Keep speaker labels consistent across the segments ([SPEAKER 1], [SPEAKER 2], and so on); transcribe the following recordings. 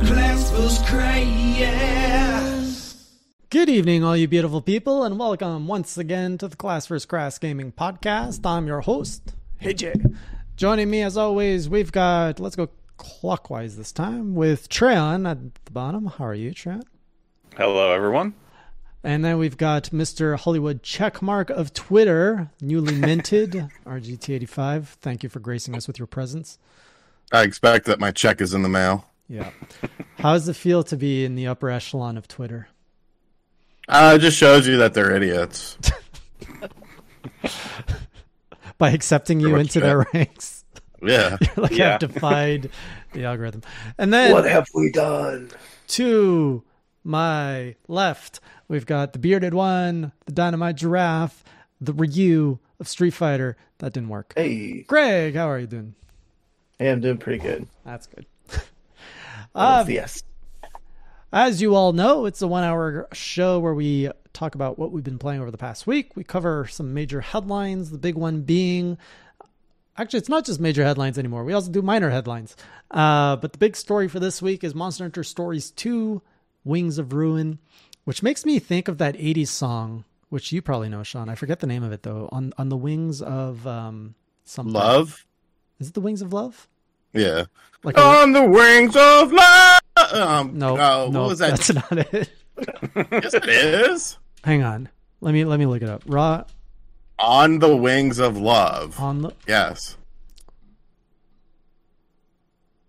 [SPEAKER 1] goes crazy.
[SPEAKER 2] Good evening, all you beautiful people, and welcome once again to the Class vs. Crass Gaming Podcast. I'm your host, HJ. Joining me, as always, we've got, let's go clockwise this time, with Treon at the bottom. How are you, Treon?
[SPEAKER 3] Hello, everyone.
[SPEAKER 2] And then we've got Mr. Hollywood Checkmark of Twitter, newly minted, RGT85. Thank you for gracing us with your presence.
[SPEAKER 4] I expect that my check is in the mail.
[SPEAKER 2] Yeah. How does it feel to be in the upper echelon of Twitter?
[SPEAKER 4] Uh, it just shows you that they're idiots.
[SPEAKER 2] By accepting you
[SPEAKER 4] much
[SPEAKER 2] into their ranks.
[SPEAKER 4] Yeah.
[SPEAKER 2] like
[SPEAKER 3] Yeah.
[SPEAKER 2] I've defied the algorithm. And then
[SPEAKER 1] What have we done?
[SPEAKER 2] to my left, we've got the bearded one, the dynamite giraffe, the Ryu of Street Fighter. That didn't work.
[SPEAKER 5] Hey,
[SPEAKER 2] Greg, how are you doing?
[SPEAKER 5] hey, I'm doing pretty good.
[SPEAKER 2] That's good.
[SPEAKER 5] Oh,
[SPEAKER 2] Um,
[SPEAKER 5] yes.
[SPEAKER 2] As you all know, it's a one hour show where we talk about what we've been playing over the past week. We cover some major headlines, the big one being actually, it's not just major headlines anymore. We also do minor headlines. Uh, but the big story for this week is Monster Hunter Stories 2 Wings of Ruin, which makes me think of that 80s song, which you probably know, Sean. I forget the name of it, though. On, on the wings of um, something.
[SPEAKER 4] Love?
[SPEAKER 2] Is it the wings of love?
[SPEAKER 4] Yeah.
[SPEAKER 2] Like a-
[SPEAKER 4] On the wings of love. Um,
[SPEAKER 2] no,
[SPEAKER 4] uh,
[SPEAKER 2] no,
[SPEAKER 4] what was that?
[SPEAKER 2] that's not it.
[SPEAKER 4] yes, it is.
[SPEAKER 2] Hang on. Let me let me look it up. Raw
[SPEAKER 4] On the wings of love.
[SPEAKER 2] on the
[SPEAKER 4] Yes.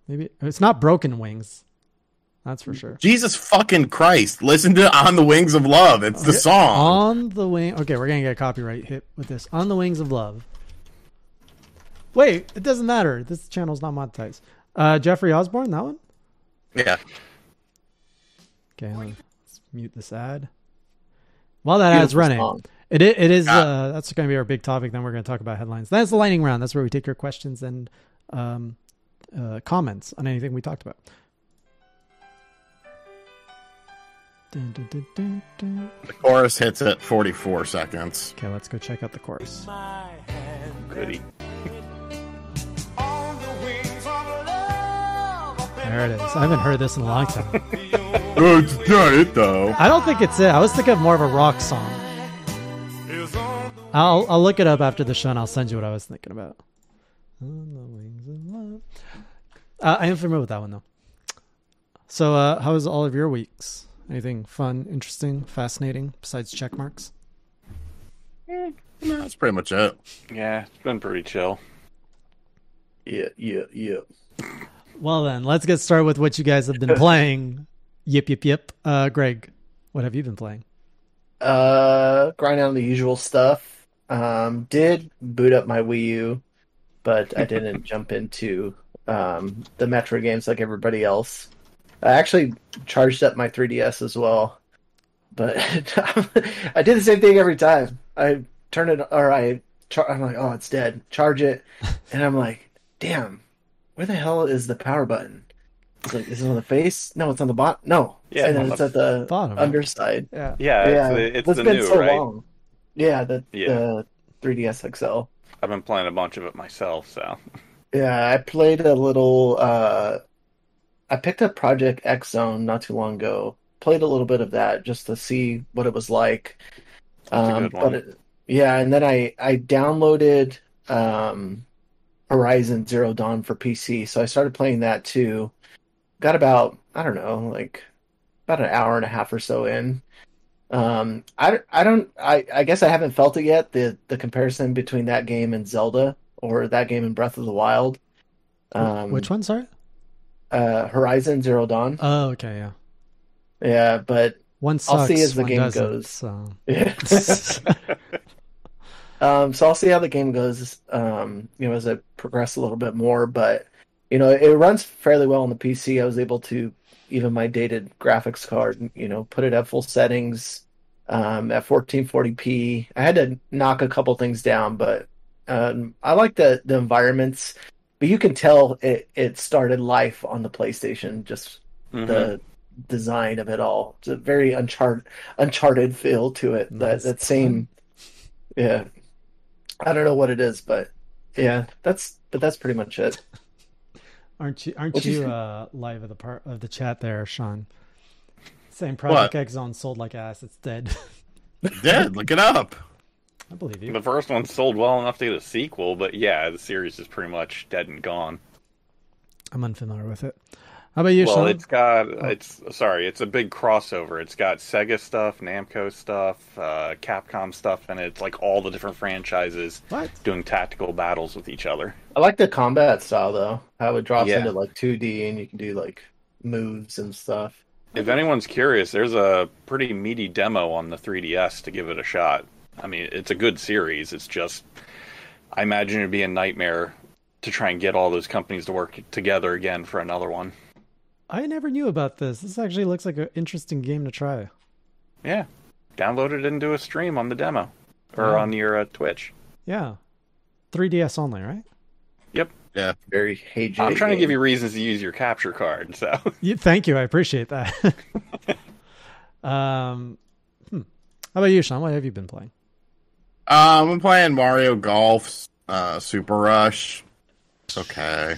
[SPEAKER 2] Maybe it's not broken wings. That's for sure.
[SPEAKER 4] Jesus fucking Christ. Listen to On the Wings of Love. It's the song.
[SPEAKER 2] On the wing. Okay, we're gonna get a copyright hit with this. On the wings of love. Wait, it doesn't matter. This channel's not monetized. Uh, Jeffrey Osborne, that one.
[SPEAKER 4] Yeah.
[SPEAKER 2] Okay, let me- let's mute this ad. While that ad's
[SPEAKER 5] Beautiful
[SPEAKER 2] running,
[SPEAKER 5] song.
[SPEAKER 2] it i- it is
[SPEAKER 4] Ah.
[SPEAKER 2] uh, that's going to be our big topic. Then we're going to talk about headlines. That's the lightning round. That's where we take your questions and um, uh, comments on anything we talked about. Dun, dun, dun, dun, dun.
[SPEAKER 4] The chorus hits at 44 seconds.
[SPEAKER 2] Okay, let's go check out the chorus.
[SPEAKER 3] Goody.
[SPEAKER 2] There it is. I haven't heard this in a long time.
[SPEAKER 4] Oh, it's not it, though.
[SPEAKER 2] I don't think it's it. I was thinking of more of a rock song. I'll I'll look it up after the show and I'll send you what I was thinking about. On the wings of love. Uh, I am familiar with that one though. So, uh, how was all of your weeks? Anything fun, interesting, fascinating besides check marks?
[SPEAKER 4] No, that's pretty much it.
[SPEAKER 3] Yeah, it's been pretty chill.
[SPEAKER 5] Yeah, yeah, yeah.
[SPEAKER 2] Well then, let's get started with what you guys have been playing. Yip yip yip. Uh, Greg, what have you been playing?
[SPEAKER 5] Uh, grind on the usual stuff. Um, did boot up my Wii U, but I didn't jump into um the Metro games like everybody else. I actually charged up my 3DS as well, but I did the same thing every time. I turn it or I char- I'm like, oh, it's dead. Charge it, and I'm like, damn, where the hell is the power button? It's like, is it on the face? No, it's on the bot. No,
[SPEAKER 3] Yeah,
[SPEAKER 5] and then
[SPEAKER 3] on
[SPEAKER 5] it's
[SPEAKER 3] the
[SPEAKER 5] at the
[SPEAKER 2] bottom.
[SPEAKER 5] underside
[SPEAKER 2] Yeah.
[SPEAKER 3] Yeah,
[SPEAKER 5] yeah,
[SPEAKER 3] it's, it's
[SPEAKER 5] that's
[SPEAKER 3] the
[SPEAKER 5] been
[SPEAKER 3] new,
[SPEAKER 5] so
[SPEAKER 3] right?
[SPEAKER 5] long. Yeah, the
[SPEAKER 3] Yeah.
[SPEAKER 5] the 3ds XL.
[SPEAKER 3] I've been playing a bunch of it myself, so
[SPEAKER 5] Yeah, I played a little. uh I picked up Project X Zone not too long ago. Played a little bit of that just to see what it was like.
[SPEAKER 3] That's a
[SPEAKER 5] Um,
[SPEAKER 3] good
[SPEAKER 5] but
[SPEAKER 3] one.
[SPEAKER 5] it- yeah, and then I I downloaded um Horizon Zero Dawn for PC, so I started playing that too. Got about I don't know like about an hour and a half or so in. Um, I, I don't I, I guess I haven't felt it yet the the comparison between that game and Zelda or that game and Breath of the Wild. Um,
[SPEAKER 2] Which one? Sorry.
[SPEAKER 5] Uh, Horizon Zero Dawn.
[SPEAKER 2] Oh, okay, yeah.
[SPEAKER 5] yeah, but
[SPEAKER 2] One
[SPEAKER 5] I'll
[SPEAKER 2] sucks.
[SPEAKER 5] see as the
[SPEAKER 2] one
[SPEAKER 5] game
[SPEAKER 2] doesn't,
[SPEAKER 5] goes.
[SPEAKER 2] So.
[SPEAKER 5] Um, so I'll see how the game goes, um, you know, as I progress a little bit more. But you know, it runs fairly well on the PC. I was able to even my dated graphics card, you know, put it at full settings um, at 1440p. I had to knock a couple things down, but um, I like the the environments. But you can tell it it started life on the PlayStation, just
[SPEAKER 3] Mhm.
[SPEAKER 5] the design of it all. It's a very uncharted uncharted feel to it.
[SPEAKER 2] Nice.
[SPEAKER 5] That that same yeah. I don't know what it is, but yeah, that's but that's pretty much it.
[SPEAKER 2] Aren't you? Aren't
[SPEAKER 5] What'd you
[SPEAKER 2] you
[SPEAKER 5] say?
[SPEAKER 2] uh, live of the part of the chat there, Sean? Saying Project X Zone sold like ass. It's dead.
[SPEAKER 4] Dead. Look it up.
[SPEAKER 2] I believe you.
[SPEAKER 3] The first one sold well enough to get a sequel, but yeah, the series is pretty much dead and gone.
[SPEAKER 2] I'm unfamiliar with it. How about you,
[SPEAKER 3] well,
[SPEAKER 2] Sean?
[SPEAKER 3] it's got
[SPEAKER 5] Oh.
[SPEAKER 3] it's sorry, it's a big crossover. It's got Sega stuff, Namco stuff, uh, Capcom stuff, and it's like all the different franchises
[SPEAKER 2] What?
[SPEAKER 3] doing tactical battles with each other.
[SPEAKER 5] I like the combat style though. How it drops
[SPEAKER 3] Yeah.
[SPEAKER 5] into like 2D and you can do like moves and stuff.
[SPEAKER 3] If anyone's curious, there's a pretty meaty demo on the 3DS to give it a shot. I mean, it's a good series. It's just, I imagine it'd be a nightmare to try and get all those companies to work together again for another one.
[SPEAKER 2] I never knew about this. This actually looks like an interesting game to try.
[SPEAKER 3] Yeah, download it and do a stream on the demo or on your uh, Twitch.
[SPEAKER 2] Yeah, 3DS only, right?
[SPEAKER 4] Yeah.
[SPEAKER 5] Very hey Jay
[SPEAKER 3] I'm trying to
[SPEAKER 5] game.
[SPEAKER 3] give you reasons to use your capture card. So
[SPEAKER 2] Yeah, thank you. I appreciate that. um, hmm. How about you, Sean? What have you been playing?
[SPEAKER 4] Um, I'm playing Mario Golf, uh, Super Rush. It's okay.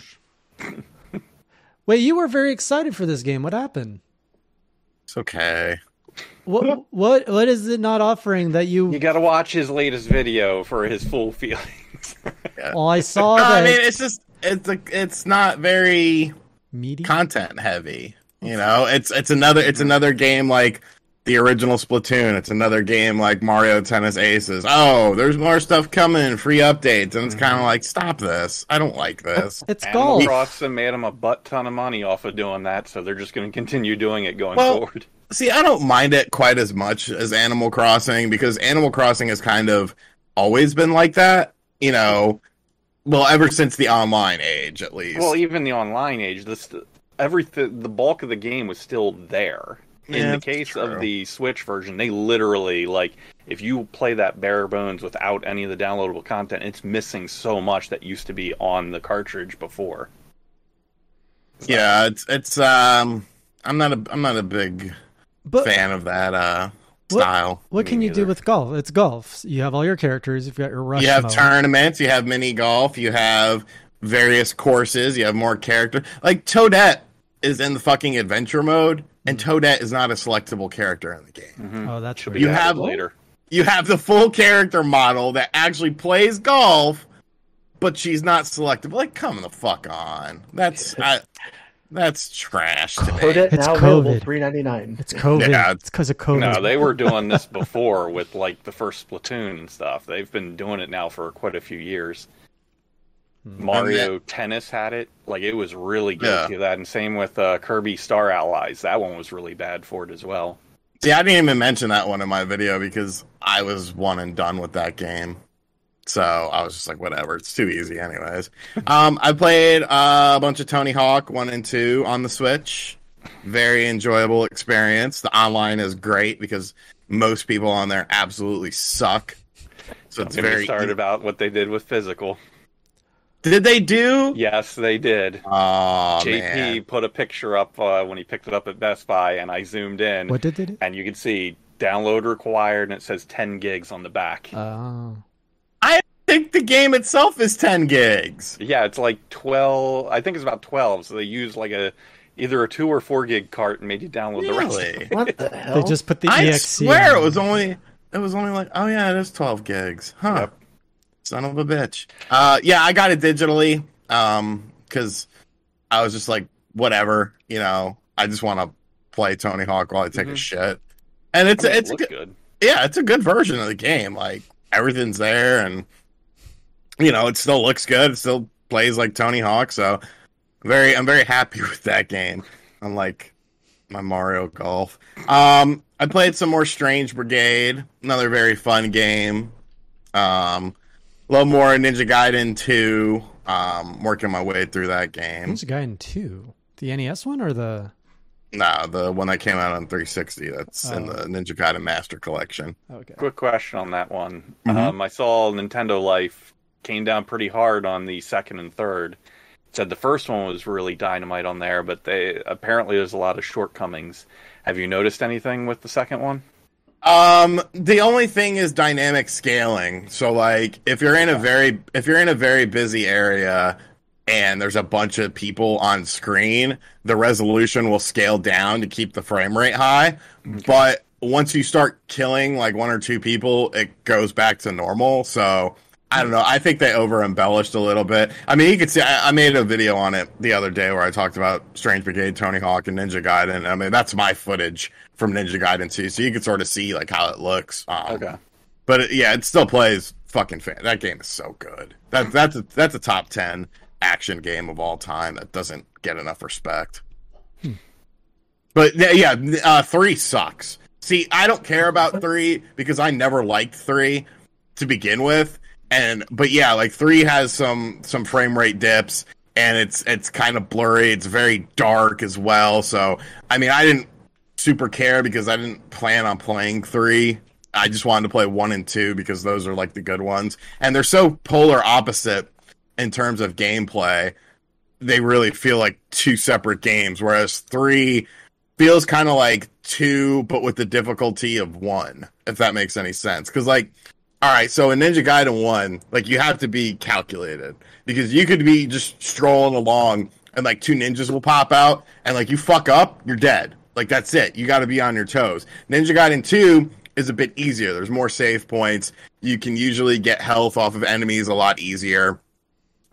[SPEAKER 2] Wait, you were very excited for this game. What happened?
[SPEAKER 4] It's okay.
[SPEAKER 2] What what what is it not offering that you?
[SPEAKER 3] you got to watch his latest video for his full feelings.
[SPEAKER 2] Well, I saw
[SPEAKER 4] No,
[SPEAKER 2] that
[SPEAKER 4] I mean, it's just it's a, it's not very
[SPEAKER 2] meaty.
[SPEAKER 4] content heavy. You know, it's it's another it's another game like the original Splatoon. It's another game like Mario Tennis Aces. Oh, there's more stuff coming, free updates, and it's kind of like stop this. I don't like this.
[SPEAKER 2] It's
[SPEAKER 3] Animal
[SPEAKER 2] golf.
[SPEAKER 3] Crossing made him a butt ton of money off of doing that, so they're just going to continue doing it going
[SPEAKER 4] Well,
[SPEAKER 3] forward.
[SPEAKER 4] See, I don't mind it quite as much as Animal Crossing because Animal Crossing has kind of always been like that, you know. Well, ever since the online age, at least.
[SPEAKER 3] Well, even the online age, this everything the bulk of the game was still there. In
[SPEAKER 4] Yeah,
[SPEAKER 3] the
[SPEAKER 4] that's
[SPEAKER 3] case
[SPEAKER 4] true.
[SPEAKER 3] of the Switch version, they literally like if you play that bare bones without any of the downloadable content, it's missing so much that used to be on the cartridge before.
[SPEAKER 4] yeah, it's it's um, I'm not a I'm not a big
[SPEAKER 2] But
[SPEAKER 4] fan of that uh
[SPEAKER 2] What-
[SPEAKER 4] style.
[SPEAKER 2] what
[SPEAKER 3] Me
[SPEAKER 2] can you do
[SPEAKER 3] neither.
[SPEAKER 2] with golf? It's golf. You have all your characters. You've got your rush.
[SPEAKER 4] You have
[SPEAKER 2] mode.
[SPEAKER 4] tournaments, you have mini golf, you have various courses, you have more character. Like Toadette is in the fucking adventure mode, and
[SPEAKER 2] Mm.
[SPEAKER 4] Toadette is not a selectable character in the game.
[SPEAKER 2] Oh, that's
[SPEAKER 3] Should
[SPEAKER 2] weird.
[SPEAKER 3] be
[SPEAKER 4] You
[SPEAKER 3] added
[SPEAKER 4] have-
[SPEAKER 3] later.
[SPEAKER 4] you have the full character model that actually plays golf, but she's not selectable. Like, come the fuck on. That's I, that's trash to
[SPEAKER 5] Code
[SPEAKER 4] me.
[SPEAKER 5] it
[SPEAKER 2] It's
[SPEAKER 5] now available
[SPEAKER 2] COVID.
[SPEAKER 5] three ninety nine.
[SPEAKER 2] It's COVID.
[SPEAKER 4] Yeah,
[SPEAKER 2] it's because of COVID.
[SPEAKER 3] No, they were doing this before with like the first Splatoon and stuff. They've been doing it now for quite a few years. Mario Tennis had it. Like it was really guilty
[SPEAKER 4] Yeah.
[SPEAKER 3] of that. And same with uh, Kirby Star Allies. That one was really bad for it as well.
[SPEAKER 4] See, I didn't even mention that one in my video because I was one and done with that game. So I was just like, whatever, it's too easy, anyways. Um, I played uh, a bunch of Tony Hawk one and two on the Switch. Very enjoyable experience. The online is great because most people on there absolutely suck. So
[SPEAKER 3] It's
[SPEAKER 4] it's
[SPEAKER 3] very
[SPEAKER 4] very
[SPEAKER 3] started about what they did with physical.
[SPEAKER 4] Did they do?
[SPEAKER 3] Yes, they did.
[SPEAKER 4] Oh
[SPEAKER 3] JP
[SPEAKER 4] man.
[SPEAKER 3] put a picture up uh, when he picked it up at Best Buy, and I zoomed in,
[SPEAKER 2] What did they do?
[SPEAKER 3] and you can see download required, and it says 10 gigs on the back.
[SPEAKER 2] Oh.
[SPEAKER 4] I think the game itself is 10 gigs.
[SPEAKER 3] Yeah, it's like twelve. I think it's about twelve. So they used like a either a two or four gig cart and made you download the rest.
[SPEAKER 4] Really?
[SPEAKER 5] What the hell?
[SPEAKER 2] They just put the E
[SPEAKER 4] I
[SPEAKER 2] EXE.
[SPEAKER 4] swear it
[SPEAKER 2] on.
[SPEAKER 4] was only it was only like oh yeah, it is 12 gigs. Huh.
[SPEAKER 3] Yep.
[SPEAKER 4] Son of a bitch. Uh yeah, I got it digitally um cuz I was just like whatever, you know. I just want to play Tony Hawk while I take a
[SPEAKER 3] Mhm.
[SPEAKER 4] shit. And it's
[SPEAKER 3] I mean, it
[SPEAKER 4] it's
[SPEAKER 3] looked
[SPEAKER 4] good.
[SPEAKER 3] good.
[SPEAKER 4] yeah, it's a good version of the game. Like everything's there, and you know, it still looks good. It still plays like Tony Hawk. So very, I'm very happy with that game. Unlike my Mario Golf, um, I played some more Strange Brigade. Another very fun game. Um, a little more Ninja Gaiden two. Um, working my way through that game.
[SPEAKER 2] Ninja Gaiden 2. The NES one or the.
[SPEAKER 4] No, the one that came out on 360. That's in
[SPEAKER 2] Oh.
[SPEAKER 4] the Ninja Gaiden Master Collection.
[SPEAKER 2] Okay.
[SPEAKER 3] Quick question on that one.
[SPEAKER 4] Mhm.
[SPEAKER 3] Um, I saw Nintendo Life came down pretty hard on the second and third. It said the first one was really dynamite on there, but they apparently there's a lot of shortcomings. Have you noticed anything with the second one?
[SPEAKER 4] Um, the only thing is dynamic scaling. So like if you're in a very if you're in a very busy area, and there's a bunch of people on screen, the resolution will scale down to keep the frame rate high. But once you start killing like one or two people, it goes back to normal. So I don't know. I think they over embellished a little bit. I mean, you could see. I, I made a video on it the other day where I talked about Strange Brigade, Tony Hawk, and Ninja Gaiden. I mean, that's my footage from Ninja Gaiden too, so you could sort of see like how it looks. Um,
[SPEAKER 3] Okay.
[SPEAKER 4] but it, yeah, it still plays fucking fan. That game is so good. That that's a, that's a top ten action game of all time that doesn't get enough respect. But yeah, yeah, uh, three sucks. See, I don't care about three because I never liked three to begin with. And but yeah, like three has some some frame rate dips, and it's it's kind of blurry. It's very dark as well. So I mean, I didn't super care because I didn't plan on playing three. I just wanted to play one and two because those are like the good ones, and they're so polar opposite in terms of gameplay. They really feel like two separate games, whereas three feels kind of like two, but with the difficulty of one. If that makes any sense, because like all right, so in Ninja Gaiden 1, like you have to be calculated because you could be just strolling along and like two ninjas will pop out and like you fuck up, you're dead. Like that's it. You got to be on your toes. Ninja Gaiden 2 is a bit easier. There's more save points. You can usually get health off of enemies a lot easier.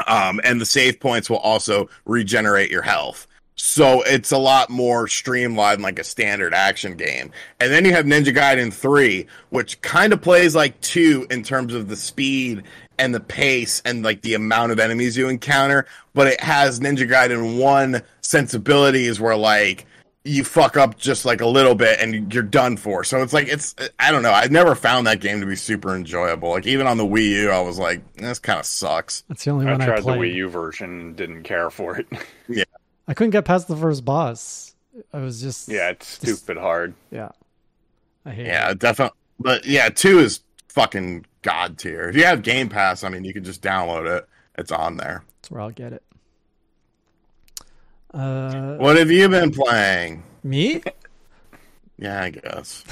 [SPEAKER 4] Um, and the save points will also regenerate your health. So it's a lot more streamlined, like a standard action game. And then you have Ninja Gaiden 3, which kind of plays like 2 in terms of the speed and the pace and like the amount of enemies you encounter, but it has Ninja Gaiden 1 sensibilities where like you fuck up just like a little bit and you're done for. So it's like it's I don't know. I never found that game to be super enjoyable. Like even on the Wii U, I was like, "Eh, this kind of sucks.
[SPEAKER 2] That's the only
[SPEAKER 3] I
[SPEAKER 2] one I
[SPEAKER 3] tried the
[SPEAKER 2] played.
[SPEAKER 3] Wii U version, didn't care for it.
[SPEAKER 2] I couldn't get past the first boss. I was just
[SPEAKER 3] yeah, it's stupid hard.
[SPEAKER 2] yeah. I hate
[SPEAKER 4] Yeah, definitely. But yeah, two is fucking god tier. If you have Game Pass, I mean, you can just download it. It's on there.
[SPEAKER 2] That's where I'll get it. Uh,
[SPEAKER 4] What have you been playing?
[SPEAKER 2] me?
[SPEAKER 4] Yeah, I guess.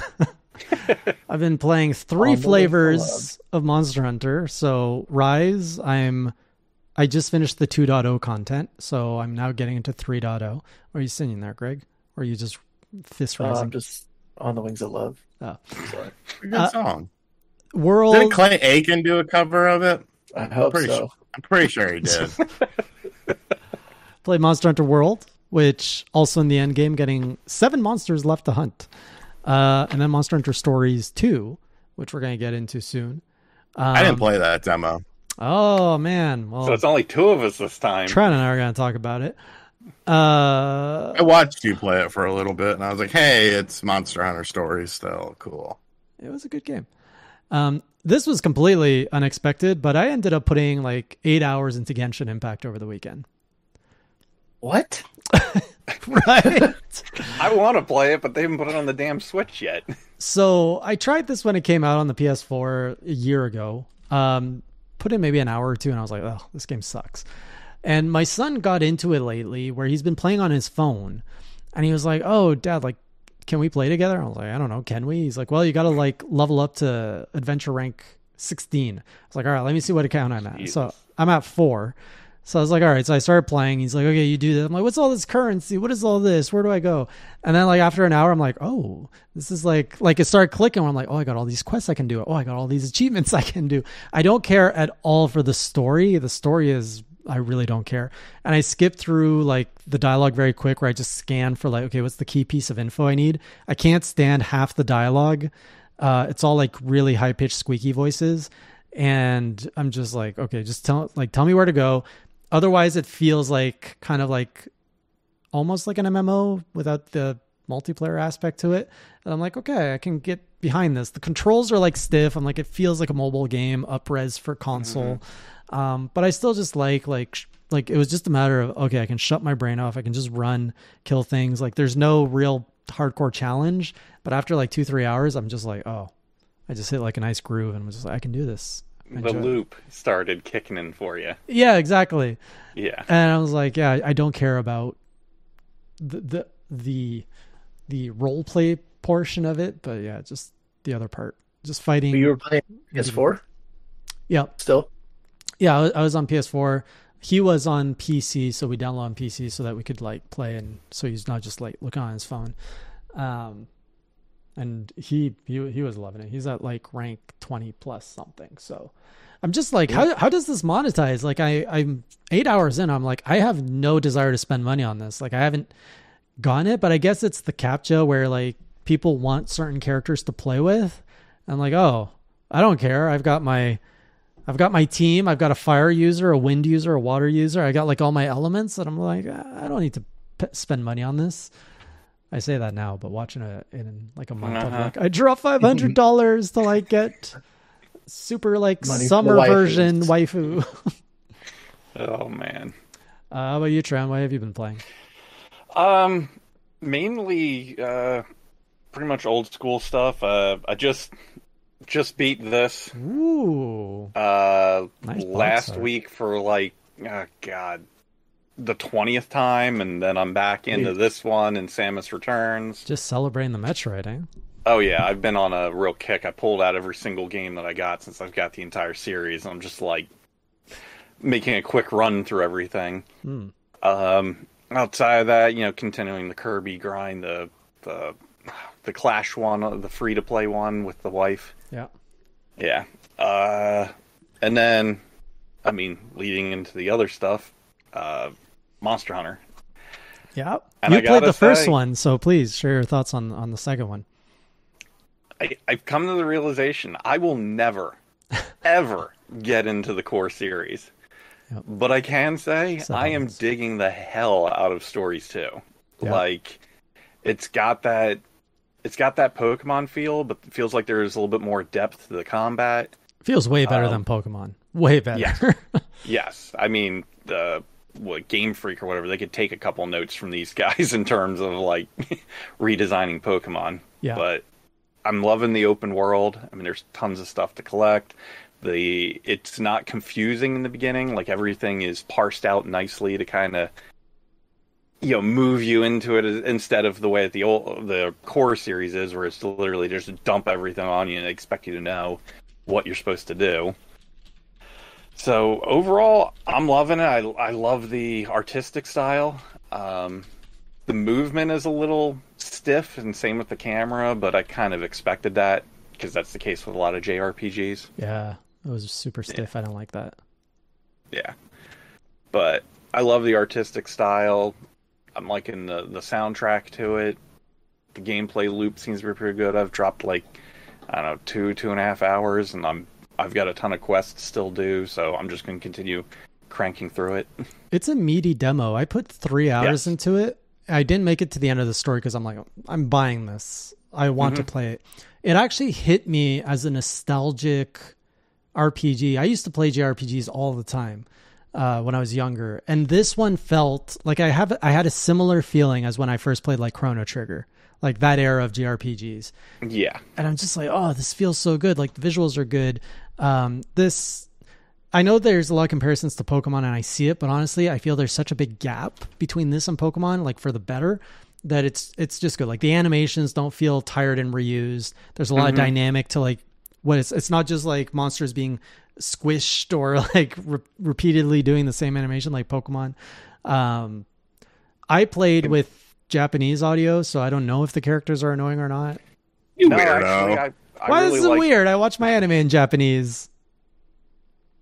[SPEAKER 2] I've been playing three
[SPEAKER 5] Almost
[SPEAKER 2] flavors of Monster Hunter. So Rise, I'm I just finished the 2.0 content, so I'm now getting into 3.0. Are you singing there, Greg? Or are you just fist
[SPEAKER 5] Uh, I'm
[SPEAKER 2] rising?
[SPEAKER 5] just on the wings of love.
[SPEAKER 2] Oh.
[SPEAKER 5] Sorry.
[SPEAKER 4] Good
[SPEAKER 2] Uh,
[SPEAKER 4] song. Didn't
[SPEAKER 2] World
[SPEAKER 4] Clay Aiken do a cover of it?
[SPEAKER 5] I hope
[SPEAKER 4] Pretty
[SPEAKER 5] so.
[SPEAKER 4] sure. I'm pretty sure he did.
[SPEAKER 2] play Monster Hunter World, which also in the end game getting seven monsters left to hunt, uh, and then Monster Hunter Stories two, which we're gonna get into soon.
[SPEAKER 4] I didn't play that demo.
[SPEAKER 2] Oh man,
[SPEAKER 3] So
[SPEAKER 2] well,
[SPEAKER 3] it's only two of us this time.
[SPEAKER 2] Trent and I are gonna talk about it. Uh,
[SPEAKER 4] I watched you play it for a little bit, and I was like, "Hey, it's Monster Hunter Stories still cool."
[SPEAKER 2] it was a good game. Um, this was completely unexpected, but I ended up putting like eight hours into Genshin Impact over the weekend.
[SPEAKER 5] What?
[SPEAKER 2] Right.
[SPEAKER 3] I want to play it, but they haven't put it on the damn Switch yet.
[SPEAKER 2] So I tried this when it came out on the PS4 a year ago. Um, put in maybe an hour or two, and I was like, "Oh, this game sucks." And my son got into it lately, where he's been playing on his phone, and he was like, "Oh, Dad, like, can we play together?" I was like, "I don't know, can we?" He's like, "Well, you got to like level up to adventure rank 16." I was like, "All right, let me see what account I'm at." So I'm at four. So I was like, all right. So I started playing. He's like, okay, you do that. I'm like, what's all this currency? What is all this? Where do I go? And then like after an hour, I'm like, oh, this is like like it started clicking. Where I'm like, oh, I got all these quests I can do. Oh, I got all these achievements I can do. I don't care at all for the story. The story is I really don't care. And I skip through like the dialogue very quick, where I just scan for like, okay, what's the key piece of info I need? I can't stand half the dialogue. Uh, it's all like really high pitched squeaky voices, and I'm just like, okay, just tell like tell me where to go. Otherwise, it feels like kind of like almost like an MMO without the multiplayer aspect to it. And I'm like, okay, I can get behind this. The controls are like stiff. I'm like, it feels like a mobile game, upres for console. Um, but I still just like like sh- like it was just a matter of okay, I can shut my brain off. I can just run, kill things. Like there's no real hardcore challenge. But after like two three hours, I'm just like, oh, I just hit like a nice groove and was just like, I can do this. I
[SPEAKER 3] the
[SPEAKER 2] enjoy it.
[SPEAKER 3] loop started kicking in for you.
[SPEAKER 2] Yeah, exactly.
[SPEAKER 3] Yeah.
[SPEAKER 2] And I was like, yeah, I- I don't care about the the the, the role play portion of it, but yeah, just the other part, just fighting.
[SPEAKER 5] You were playing PS4
[SPEAKER 2] yeah,
[SPEAKER 5] still?
[SPEAKER 2] yeah. I was- I was on PS4 he was on PC, so we downloaded on PC so that we could like play, and so he's not just like looking on his phone. Um, and he he he was loving it. He's at like rank twenty plus something. So I'm just like, how how does this monetize? Like I I'm eight hours in. I'm like I have no desire to spend money on this. Like I haven't gone it, but I guess it's the captcha where like people want certain characters to play with. I'm like, oh, I don't care. I've got my I've got my team. I've got a fire user, a wind user, a water user. I got like all my elements, and I'm like, "Ah, I don't need to p- spend money on this. I say that now, but watching it in like a month, I'm
[SPEAKER 3] Uh-huh.
[SPEAKER 2] like, I draw five hundred dollars to like get super like
[SPEAKER 5] Money for the
[SPEAKER 2] summer
[SPEAKER 5] waifus.
[SPEAKER 2] version waifu.
[SPEAKER 3] Oh man.
[SPEAKER 2] Uh, how about you, Tran? What have you been playing?
[SPEAKER 3] Um, mainly, uh, pretty much old school stuff. Uh, I just just beat this
[SPEAKER 2] Ooh,
[SPEAKER 3] uh
[SPEAKER 2] Nice box
[SPEAKER 3] last
[SPEAKER 2] art.
[SPEAKER 3] week for like oh god the twentieth time, and then I'm back into this one and Samus Returns.
[SPEAKER 2] just celebrating the Metroid, eh?
[SPEAKER 3] Oh yeah, I've been on a real kick. I pulled out every single game that I got since I've got the entire series. I'm just like making a quick run through everything.
[SPEAKER 2] Hmm.
[SPEAKER 3] Um, outside of that, you know, continuing the Kirby grind, the the the Clash one, uh, the free to play one with the wife.
[SPEAKER 2] Yeah.
[SPEAKER 3] Yeah. Uh, and then, I mean, leading into the other stuff, uh, Monster Hunter.
[SPEAKER 2] Yeah.
[SPEAKER 3] And
[SPEAKER 2] you
[SPEAKER 3] I
[SPEAKER 2] played
[SPEAKER 3] gotta
[SPEAKER 2] the first
[SPEAKER 3] say-
[SPEAKER 2] one, so please share your thoughts on on the second one.
[SPEAKER 3] I, I've come to the realization I will never, ever get into the core series.
[SPEAKER 2] Yep.
[SPEAKER 3] But I can say
[SPEAKER 2] Seven
[SPEAKER 3] I am
[SPEAKER 2] months.
[SPEAKER 3] digging the hell out of stories too.
[SPEAKER 2] Yeah.
[SPEAKER 3] Like it's got that it's got that Pokemon feel, but it feels like there's a little bit more depth to the combat.
[SPEAKER 2] Feels way
[SPEAKER 3] Um,
[SPEAKER 2] better than Pokemon. Way better.
[SPEAKER 3] Yes, I mean the what Game Freak or whatever they could take a couple notes from these guys in terms of like redesigning Pokemon.
[SPEAKER 2] Yeah.
[SPEAKER 3] but I'm loving the open world. I mean, there's tons of stuff to collect. The it's not confusing in the beginning. Like everything is parsed out nicely to kind of you know move you into it instead of the way that the old the core series is, where it's literally just dump everything on you and expect you to know what you're supposed to do. So overall, I'm loving it. I, I love the artistic style. Um, the movement is a little stiff, and same with the camera. But I kind of expected that because that's the case with a lot of JRPGs.
[SPEAKER 2] yeah. It was super stiff. I don't like that.
[SPEAKER 3] Yeah, but I love the artistic style. I'm liking the the soundtrack to it. The gameplay loop seems to be pretty good. I've dropped like I don't know two two and a half hours, and I'm I've got a ton of quests still do. So I'm just going to continue cranking through it.
[SPEAKER 2] It's a meaty demo. I put three hours
[SPEAKER 3] Yes.
[SPEAKER 2] into it. I didn't make it to the end of the story because I'm like, I'm buying this. I want to play it. It actually hit me as a nostalgic RPG. I used to play JRPGs all the time uh, when I was younger, and this one felt like I have I had a similar feeling as when I first played like Chrono Trigger, like that era of JRPGs
[SPEAKER 3] Yeah.
[SPEAKER 2] and I'm just like, oh, this feels so good. Like the visuals are good. Um, this, I know there's a lot of comparisons to Pokemon, and I see it, but honestly, I feel there's such a big gap between this and Pokemon, like for the better, that it's it's just good. Like the animations don't feel tired and reused. There's a lot of dynamic to like what it's. It's not just like monsters being squished or like re- repeatedly doing the same animation like Pokemon. Um, I played with Japanese audio, so I don't know if the characters are annoying or not.
[SPEAKER 4] You
[SPEAKER 3] no,
[SPEAKER 4] weirdo.
[SPEAKER 3] actually, I, I
[SPEAKER 2] Why
[SPEAKER 3] really
[SPEAKER 2] is it
[SPEAKER 3] like
[SPEAKER 2] weird? I watch my anime in Japanese.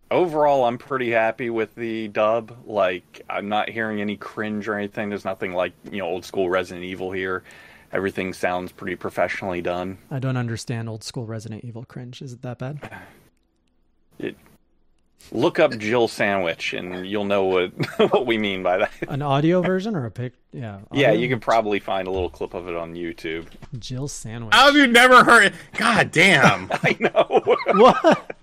[SPEAKER 3] overall i'm pretty happy with the dub like i'm not hearing any cringe or anything there's nothing like you know old school resident evil here everything sounds pretty professionally done
[SPEAKER 2] I don't understand old school Resident Evil cringe. Is it that bad?
[SPEAKER 3] look up jill sandwich and you'll know what what we mean by that
[SPEAKER 2] An audio version or a pic? Yeah.
[SPEAKER 3] yeah
[SPEAKER 2] audio?
[SPEAKER 3] you can probably find a little clip of it on youtube
[SPEAKER 2] Jill sandwich.
[SPEAKER 4] How have you never heard? God damn!
[SPEAKER 3] i know
[SPEAKER 2] what?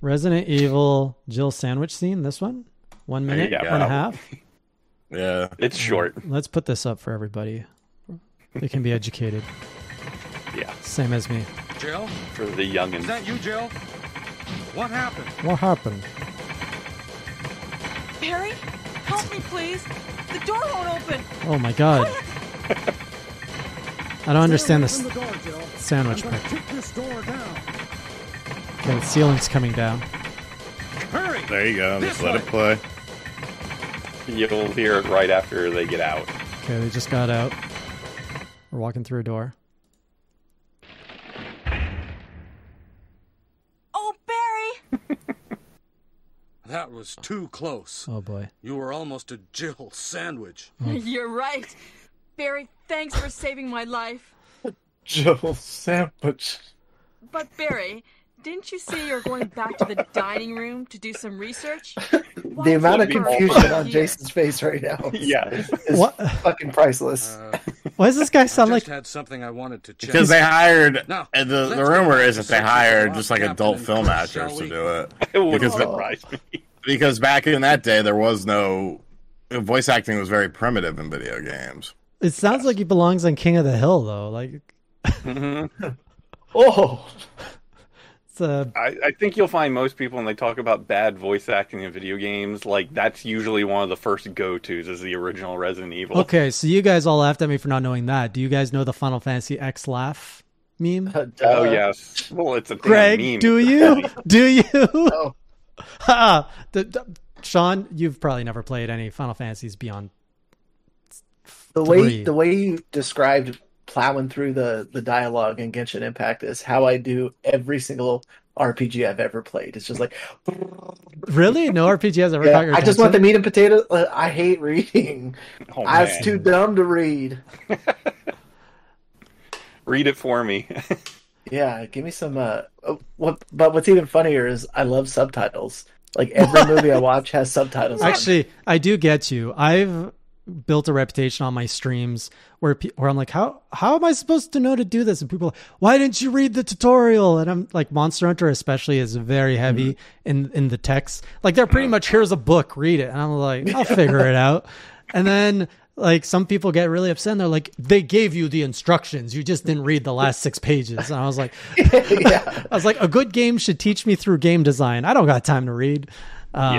[SPEAKER 2] Resident Evil Jill sandwich scene. This one, one
[SPEAKER 3] There
[SPEAKER 2] minute
[SPEAKER 3] you go.
[SPEAKER 2] and a half.
[SPEAKER 4] yeah.
[SPEAKER 3] it's short
[SPEAKER 2] Let's put this up for everybody. They can be educated.
[SPEAKER 3] Yeah.
[SPEAKER 2] Same as me.
[SPEAKER 1] Jill?
[SPEAKER 3] for the youngins
[SPEAKER 1] Is that you, Jill? What happened?
[SPEAKER 2] What happened?
[SPEAKER 6] Barry, help me, please. The door won't open.
[SPEAKER 2] Oh my god. I don't understand this
[SPEAKER 1] Open the door, Jill.
[SPEAKER 2] sandwich
[SPEAKER 1] I'm gonna
[SPEAKER 2] pic.
[SPEAKER 1] kick this door down.
[SPEAKER 2] Okay, the ceiling's coming down.
[SPEAKER 1] Hurry!
[SPEAKER 4] There you go.
[SPEAKER 1] This
[SPEAKER 4] Just let
[SPEAKER 1] way.
[SPEAKER 4] it play.
[SPEAKER 3] You'll hear it right after they get out.
[SPEAKER 2] Okay, they just got out. We're walking through a door.
[SPEAKER 6] Oh, Barry!
[SPEAKER 1] That was too close.
[SPEAKER 2] Oh boy.
[SPEAKER 1] You were almost a Jill sandwich.
[SPEAKER 6] You're right. Barry, thanks for saving my life.
[SPEAKER 5] Joel sandwich.
[SPEAKER 6] But, Barry, didn't you say you were going back to the dining room to do some research? Why
[SPEAKER 5] The amount of
[SPEAKER 6] keep her
[SPEAKER 5] confusion on
[SPEAKER 6] here?
[SPEAKER 5] Jason's face right now is
[SPEAKER 3] Yeah.
[SPEAKER 2] What?
[SPEAKER 5] fucking priceless.
[SPEAKER 1] Uh,
[SPEAKER 2] Why does this guy
[SPEAKER 1] I
[SPEAKER 2] sound like
[SPEAKER 1] just had something I wanted to check.
[SPEAKER 4] Because they hired
[SPEAKER 1] No.
[SPEAKER 4] and the, the
[SPEAKER 1] Let's
[SPEAKER 4] rumor
[SPEAKER 1] go
[SPEAKER 4] is that they
[SPEAKER 1] back to
[SPEAKER 4] hired
[SPEAKER 1] Rock
[SPEAKER 4] just like
[SPEAKER 1] Captain
[SPEAKER 4] adult
[SPEAKER 1] and
[SPEAKER 4] film
[SPEAKER 1] Kirk,
[SPEAKER 4] actors
[SPEAKER 1] shall
[SPEAKER 4] to
[SPEAKER 1] we?
[SPEAKER 4] do it.
[SPEAKER 3] It wouldn't
[SPEAKER 4] Because-
[SPEAKER 3] surprise me.
[SPEAKER 4] Because back in that day, there was no voice acting was very primitive in video games.
[SPEAKER 2] it sounds like he belongs on King of the Hill though. Like
[SPEAKER 5] oh,
[SPEAKER 2] it's a
[SPEAKER 3] I, I think you'll find most people when they talk about bad voice acting in video games, like that's usually one of the first go tos is the original Resident Evil.
[SPEAKER 2] Okay, so you guys all laughed at me for not knowing that. Do you guys know the Final Fantasy X laugh meme?
[SPEAKER 5] duh.
[SPEAKER 3] Oh yes. Well, it's a damn
[SPEAKER 2] Greg,
[SPEAKER 3] meme.
[SPEAKER 2] do you? Do you?
[SPEAKER 5] Oh,
[SPEAKER 2] Ha! The- the- Sean, you've probably never played any Final Fantasies beyond.
[SPEAKER 5] the way
[SPEAKER 2] Three.
[SPEAKER 5] the way you described plowing through the the dialogue in Genshin Impact is how I do every single RPG I've ever played. It's just like
[SPEAKER 2] Really? No RPG has ever
[SPEAKER 5] Yeah,
[SPEAKER 2] caught your
[SPEAKER 5] I just want the
[SPEAKER 2] attention?
[SPEAKER 5] meat and potatoes. Uh, I hate reading.
[SPEAKER 3] Oh,
[SPEAKER 5] I
[SPEAKER 3] man.
[SPEAKER 5] was too dumb to read.
[SPEAKER 3] Read it for me.
[SPEAKER 5] Yeah, give me some. Uh, oh, what? But what's even funnier is I love subtitles. Like every movie I watch has subtitles. on.
[SPEAKER 2] Actually, I do get you. I've built a reputation on my streams where pe- where I'm like, how how am I supposed to know to do this? And people, are like, why didn't you read the tutorial? And I'm like, Monster Hunter especially is very heavy in in the text. Like they're pretty much here's a book, read it. And I'm like, I'll figure it out. And then like some people get really upset and they're like, they gave you the instructions, you just didn't read the last six pages. And I was like,
[SPEAKER 5] yeah,
[SPEAKER 2] I was like, a good game should teach me through game design. I don't got time to read. Um,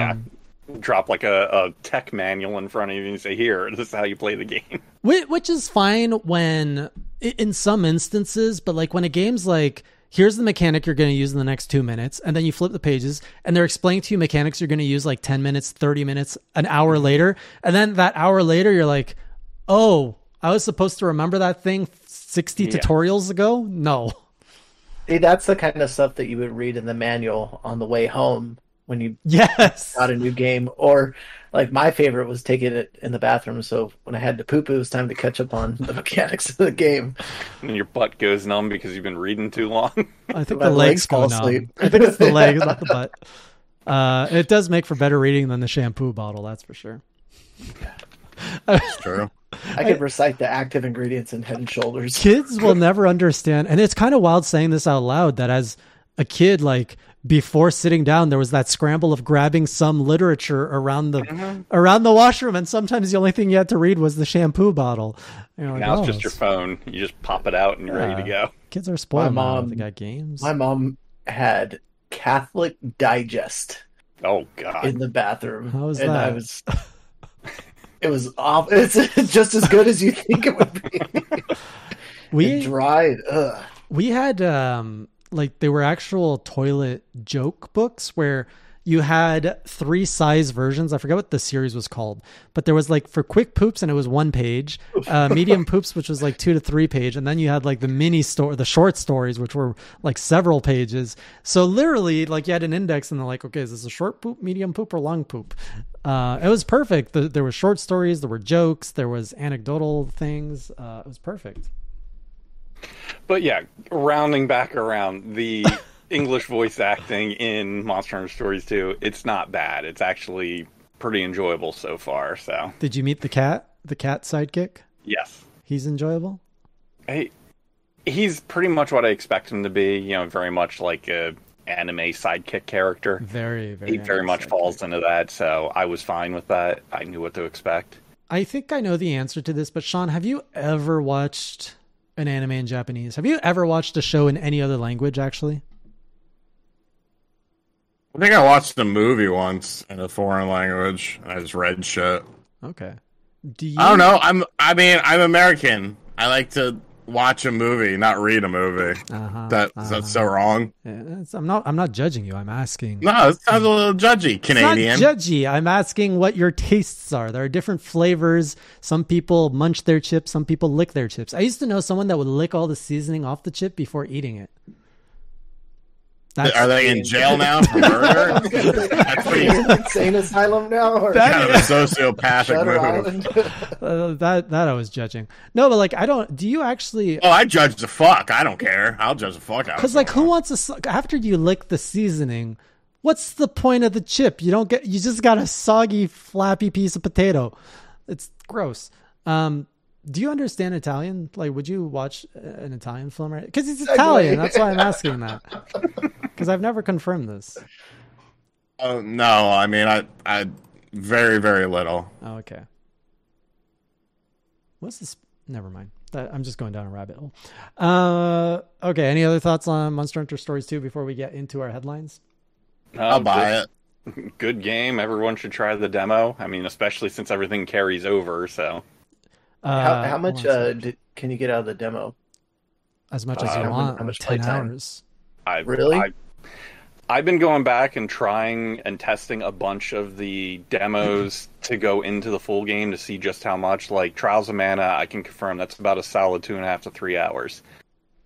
[SPEAKER 3] yeah. Drop like a, a tech manual in front of you and say, "Here, this is how you play the game."
[SPEAKER 2] Which, which is fine when, i- in some instances, but like when a game's like, here's the mechanic you're going to use in the next two minutes, and then you flip the pages and they're explaining to you mechanics you're going to use like 10 minutes, 30 minutes, an hour later. And then that hour later, you're like, oh, I was supposed to remember that thing 60 tutorials ago? No.
[SPEAKER 5] See, that's the kind of stuff that you would read in the manual on the way home when you
[SPEAKER 2] Yes.
[SPEAKER 5] got a new game. Or like my favorite was taking it in the bathroom. So when I had to poop, it was time to catch up on the mechanics of the game.
[SPEAKER 3] And your butt goes numb because you've been reading too long.
[SPEAKER 2] I think
[SPEAKER 5] My
[SPEAKER 2] the legs,
[SPEAKER 5] legs
[SPEAKER 2] go
[SPEAKER 5] fall
[SPEAKER 2] numb.
[SPEAKER 5] asleep.
[SPEAKER 2] I think it's the legs, not the butt. Uh, it does make for better reading than the shampoo bottle, that's for sure.
[SPEAKER 4] It's true.
[SPEAKER 5] I could recite the active ingredients in Head and Shoulders.
[SPEAKER 2] kids will never understand and it's kind of wild saying this out loud that as a kid like before sitting down there was that scramble of grabbing some literature around the
[SPEAKER 3] Mm-hmm.
[SPEAKER 2] around the washroom and sometimes the only thing you had to read was the shampoo bottle And you're like,
[SPEAKER 3] now
[SPEAKER 2] "Oh,
[SPEAKER 3] it's just your phone. You just pop it out and you're ready to go.
[SPEAKER 2] kids are spoiled
[SPEAKER 5] My
[SPEAKER 2] now.
[SPEAKER 5] mom-
[SPEAKER 2] they got games
[SPEAKER 5] My mom had Catholic Digest
[SPEAKER 3] Oh god.
[SPEAKER 5] in the bathroom.
[SPEAKER 2] How was
[SPEAKER 5] and I
[SPEAKER 2] that?
[SPEAKER 5] was it was off it's just as good as you think it would be. It
[SPEAKER 2] we
[SPEAKER 5] dried. Ugh.
[SPEAKER 2] we had um like they were actual toilet joke books where you had three size versions i forget what the series was called but there was like for quick poops and it was one page uh, medium poops which was like two to three page and then you had like the mini story the short stories which were like several pages so literally like you had an index and they're like okay is this a short poop medium poop or long poop uh, it was perfect the, there were short stories there were jokes there was anecdotal things uh, it was perfect
[SPEAKER 3] But yeah, rounding back around the English voice acting in Monster Hunter Stories 2, it's not bad. It's actually pretty enjoyable so far. So,
[SPEAKER 2] did you meet the cat the cat sidekick
[SPEAKER 3] yes.
[SPEAKER 2] he's enjoyable.
[SPEAKER 3] Hey, he's pretty much what I expect him to be, you know, very much like a anime sidekick character.
[SPEAKER 2] Very, very.
[SPEAKER 3] He very much falls into that, so I was fine with that. I knew what to expect.
[SPEAKER 2] I think I know the answer to this, but Sean, have you ever watched an anime in Japanese? Have you ever watched a show in any other language? Actually,
[SPEAKER 4] I think I watched a movie once in a foreign language. And I just read shit.
[SPEAKER 2] okay. Do you?
[SPEAKER 4] I don't know. I'm. I mean, I'm American. I like to watch a movie, not read a movie.
[SPEAKER 2] Uh-huh,
[SPEAKER 4] That
[SPEAKER 2] uh-huh.
[SPEAKER 4] that's so wrong.
[SPEAKER 2] It's- Eh, I'm not. I'm not judging you. I'm asking.
[SPEAKER 4] No, it sounds a little judgy, Canadian.
[SPEAKER 2] It's not judgy. I'm asking what your tastes are. There are different flavors. Some people munch their chips. Some people lick their chips. I used to know someone that would lick all the seasoning off the chip before eating it. That's,
[SPEAKER 4] Are they in jail now for murder? that's pretty kind
[SPEAKER 5] Insane asylum now? Or
[SPEAKER 2] That-
[SPEAKER 4] of a sociopathic
[SPEAKER 5] Shutter
[SPEAKER 4] move.
[SPEAKER 5] Island?
[SPEAKER 2] uh, that that I was judging. No, but like I don't. Do you actually?
[SPEAKER 4] Oh, I judge the fuck. I don't care. I'll judge the fuck out. of
[SPEAKER 2] Because like, who wants to su- after you lick the seasoning? What's the point of the chip? You don't get. You just got a soggy, flappy piece of potato. It's gross. Um, do you understand Italian? Like, would you watch uh, an Italian film? Right? Because it's Italian. That's why I'm asking that. Because I've never confirmed this.
[SPEAKER 4] Oh no, I mean I I very very little.
[SPEAKER 2] Oh, okay. What's this? Never mind. That, I'm just going down a rabbit hole. Uh, okay. Any other thoughts on Monster Hunter Stories 2 before we get into our headlines?
[SPEAKER 3] Um,
[SPEAKER 4] I'll buy it.
[SPEAKER 3] it. Good game. Everyone should try the demo. I mean, especially since everything carries over. So
[SPEAKER 2] Uh,
[SPEAKER 5] how, how much
[SPEAKER 2] hold on a
[SPEAKER 5] uh,
[SPEAKER 2] second.
[SPEAKER 5] did, can you get out of the demo?
[SPEAKER 2] as much as
[SPEAKER 3] Uh,
[SPEAKER 2] you
[SPEAKER 3] how
[SPEAKER 2] want.
[SPEAKER 5] how much
[SPEAKER 2] 10
[SPEAKER 5] playtime?
[SPEAKER 2] hours.
[SPEAKER 3] I
[SPEAKER 5] Really?
[SPEAKER 3] I, I've been going back and trying and testing a bunch of the demos to go into the full game to see just how much. Like Trials of Mana, I can confirm that's about a solid two and a half to three hours.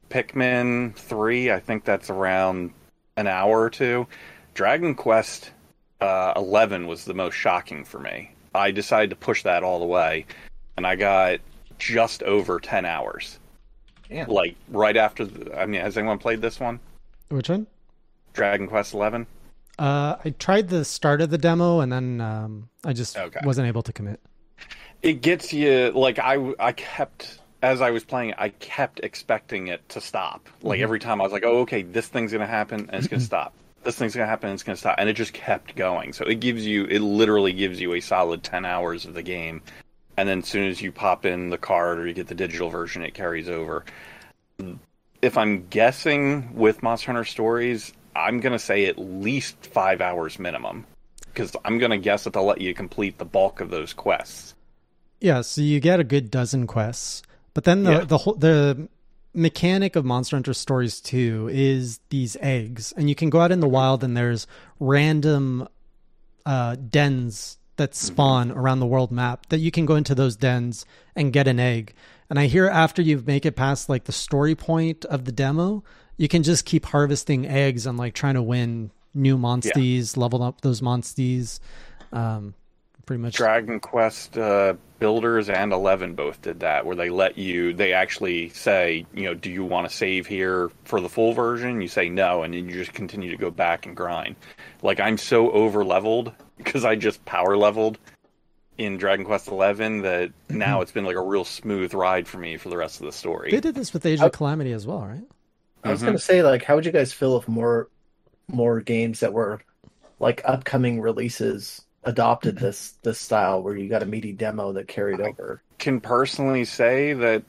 [SPEAKER 3] Pikmin three, I think that's around an hour or two. Dragon Quest uh, eleven was the most shocking for me. I decided to push that all the way, and I got just over ten hours.
[SPEAKER 5] Yeah.
[SPEAKER 3] Like right after, the, I mean, has anyone played this one?
[SPEAKER 2] Which one?
[SPEAKER 3] Dragon Quest Eleven.
[SPEAKER 2] Uh, I tried the start of the demo and then um, I just
[SPEAKER 3] Okay.
[SPEAKER 2] wasn't able to commit.
[SPEAKER 3] It gets you like I I kept as I was playing, I kept expecting it to stop. Like every time I was like, oh okay, this thing's gonna happen and it's gonna stop. This thing's gonna happen and it's gonna stop, and it just kept going. So it gives you it literally gives you a solid ten hours of the game, and then as soon as you pop in the card or you get the digital version, it carries over. If I'm guessing with Monster Hunter Stories, I'm gonna say at least five hours minimum. Because I'm gonna guess that they'll let you complete the bulk of those quests.
[SPEAKER 2] Yeah, so you get a good dozen quests, but then the
[SPEAKER 3] Yeah.
[SPEAKER 2] the whole the mechanic of Monster Hunter Stories 2 is these eggs and you can go out in the wild and there's random uh, dens that spawn around the world map that you can go into those dens and get an egg. And I hear after you make it past like the story point of the demo, you can just keep harvesting eggs and like trying to win new monsties, level up those monsties. Um, pretty much.
[SPEAKER 3] Dragon Quest uh, Builders and Eleven both did that, where they let you. They actually say, you know, do you want to save here for the full version? You say no, and then you just continue to go back and grind. Like I'm so over leveled because I just power leveled in Dragon Quest Eleven that now it's been like a real smooth ride for me for the rest of the story.
[SPEAKER 2] They did this with Age of Calamity as well, right?
[SPEAKER 5] I was gonna say, like, how would you guys feel if more more games that were like upcoming releases adopted
[SPEAKER 2] Mm-hmm.
[SPEAKER 5] this this style where you got a meaty demo that carried over?
[SPEAKER 3] can personally say that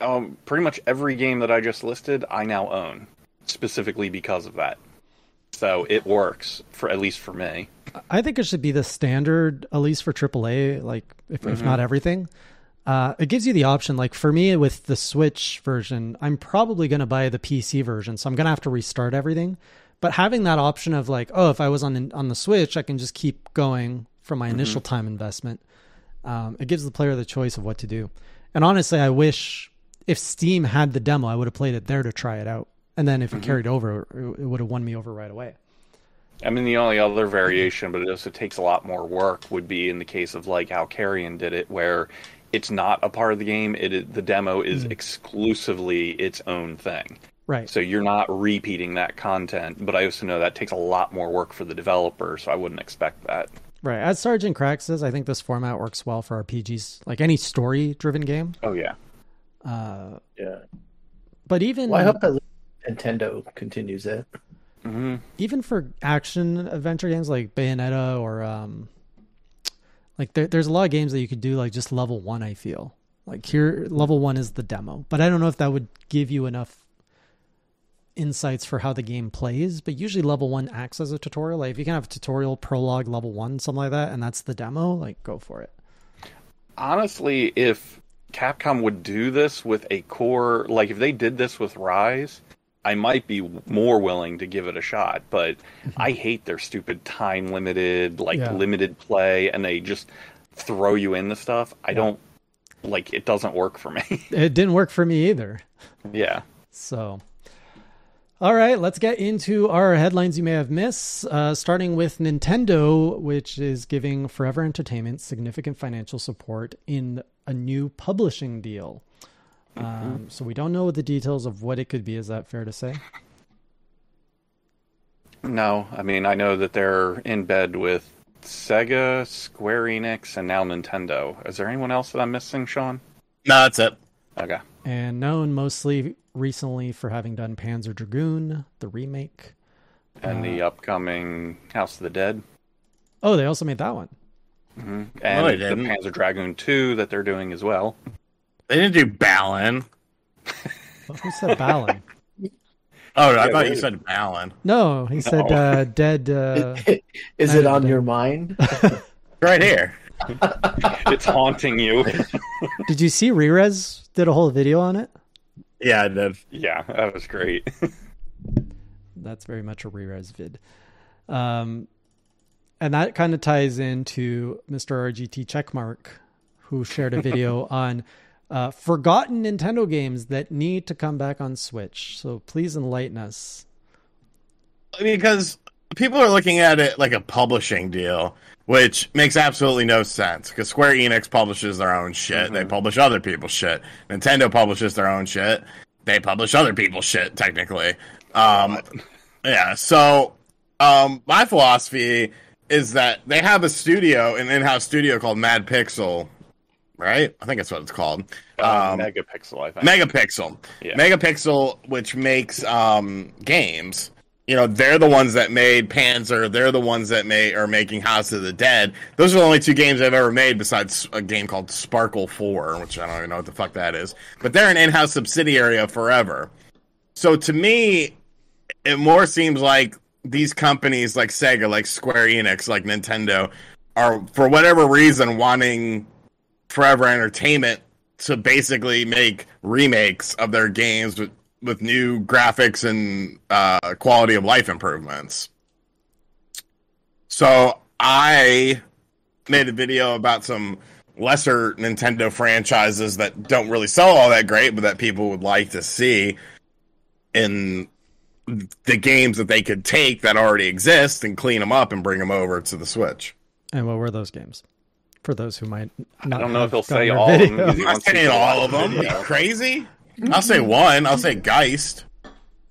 [SPEAKER 3] um, pretty much every game that I just listed, I now own, specifically because of that. So it works for at least for me.
[SPEAKER 2] I think it should be the standard, at least for AAA, like if, if not everything. Uh, it gives you the option. Like for me, with the Switch version, I'm probably going to buy the PC version, so I'm going to have to restart everything. But having that option of like, oh, if I was on on the Switch, I can just keep going from my initial time investment. Um, it gives the player the choice of what to do. And honestly, I wish if Steam had the demo, I would have played it there to try it out. And then if it carried over, it, it would have won me over right away.
[SPEAKER 3] I mean, the only other variation, but it also takes a lot more work, would be in the case of like how Carrion did it, where it's not a part of the game. It is, the demo is exclusively its own thing.
[SPEAKER 2] Right.
[SPEAKER 3] So you're not repeating that content, but I also know that takes a lot more work for the developer, so I wouldn't expect that.
[SPEAKER 2] Right. As Sergeant Crack says, I think this format works well for RPGs, like any story driven game.
[SPEAKER 3] Oh yeah.
[SPEAKER 2] Uh,
[SPEAKER 5] Yeah.
[SPEAKER 2] but even
[SPEAKER 5] Well, I hope that Nintendo continues it.
[SPEAKER 3] hmm
[SPEAKER 2] even for action adventure games like Bayonetta or um, like there, there's a lot of games that you could do like just level one. I feel like here level one is the demo, but I don't know if that would give you enough insights for how the game plays. But usually level one acts as a tutorial. Like if you can have a tutorial prologue level one, something like that, and that's the demo, like go for it.
[SPEAKER 3] honestly, if Capcom would do this with a core, like if they did this with Rise, I might be more willing to give it a shot. But I hate their stupid time limited, like
[SPEAKER 2] Yeah.
[SPEAKER 3] limited play, and they just throw you in the stuff. I don't like it. Doesn't work for me.
[SPEAKER 2] It didn't work for me either.
[SPEAKER 3] yeah.
[SPEAKER 2] So, all right, let's get into our headlines you may have missed, uh, starting with Nintendo, which is giving Forever Entertainment significant financial support in a new publishing deal. Um, so, we don't know the details of what it could be. Is that fair to say?
[SPEAKER 3] No, I mean I know that they're in bed with Sega, Square Enix, and now Nintendo. Is there anyone else that I'm missing, Sean?
[SPEAKER 4] No, that's it.
[SPEAKER 3] Okay.
[SPEAKER 2] And known mostly recently for having done Panzer Dragoon, the remake.
[SPEAKER 3] And the upcoming House of the Dead.
[SPEAKER 2] Oh, they also made that one.
[SPEAKER 3] And
[SPEAKER 4] I
[SPEAKER 3] the
[SPEAKER 4] didn't.
[SPEAKER 3] Panzer Dragoon 2 that they're doing as well.
[SPEAKER 4] They didn't do Balin.
[SPEAKER 2] Who said Balin?
[SPEAKER 4] Oh, I
[SPEAKER 3] Yeah,
[SPEAKER 4] thought
[SPEAKER 3] they
[SPEAKER 4] you
[SPEAKER 3] did.
[SPEAKER 4] said Balin.
[SPEAKER 2] No, he said
[SPEAKER 3] No.
[SPEAKER 2] uh, Dead. Uh,
[SPEAKER 5] Is it on your mind?
[SPEAKER 4] Right here.
[SPEAKER 3] It's haunting you.
[SPEAKER 2] Did you see Rerez did a whole video on it?
[SPEAKER 4] Yeah, I did.
[SPEAKER 3] yeah, that was great.
[SPEAKER 2] That's very much a Rerez vid. Um, and that kind of ties into Mr. RGT Checkmark, who shared a video on uh, forgotten Nintendo games that need to come back on Switch. So please enlighten us.
[SPEAKER 4] because people are looking at it like a publishing deal, which makes absolutely no sense. Because Square Enix publishes their own shit, they publish other people's shit. Nintendo publishes their own shit, they publish other people's shit. Technically, um, yeah. So, um, my philosophy is that they have a studio, an in-house studio called Mad Pixel, right? I think that's what it's called.
[SPEAKER 3] Uh,
[SPEAKER 4] Um,
[SPEAKER 3] Megapixel, I think.
[SPEAKER 4] Megapixel.
[SPEAKER 3] Yeah.
[SPEAKER 4] Megapixel, which makes um, games. You know, they're the ones that made Panzer. They're the ones that may are making House of the Dead. Those are the only two games I've ever made, besides a game called Sparkle Four, which I don't even know what the fuck that is. But they're an in-house subsidiary of Forever. So to me, it more seems like these companies like Sega, like Square Enix, like Nintendo, are for whatever reason wanting Forever Entertainment to basically make remakes of their games with, with new graphics and uh, quality of life improvements. So I made a video about some lesser Nintendo franchises that don't really sell all that great, but that people would like to see in the games that they could take that already exist and clean them up and bring them over to the Switch.
[SPEAKER 2] And what were those games? For those who might not
[SPEAKER 3] I don't know
[SPEAKER 2] have
[SPEAKER 3] if
[SPEAKER 2] gotten
[SPEAKER 3] he'll say
[SPEAKER 2] your
[SPEAKER 3] all of them.
[SPEAKER 2] video.
[SPEAKER 3] because he
[SPEAKER 4] I'm not
[SPEAKER 3] wants to
[SPEAKER 4] saying
[SPEAKER 3] do
[SPEAKER 4] all
[SPEAKER 2] Mm-hmm.
[SPEAKER 3] a video.
[SPEAKER 4] of them. You crazy? I'll say one. I'll say Geist.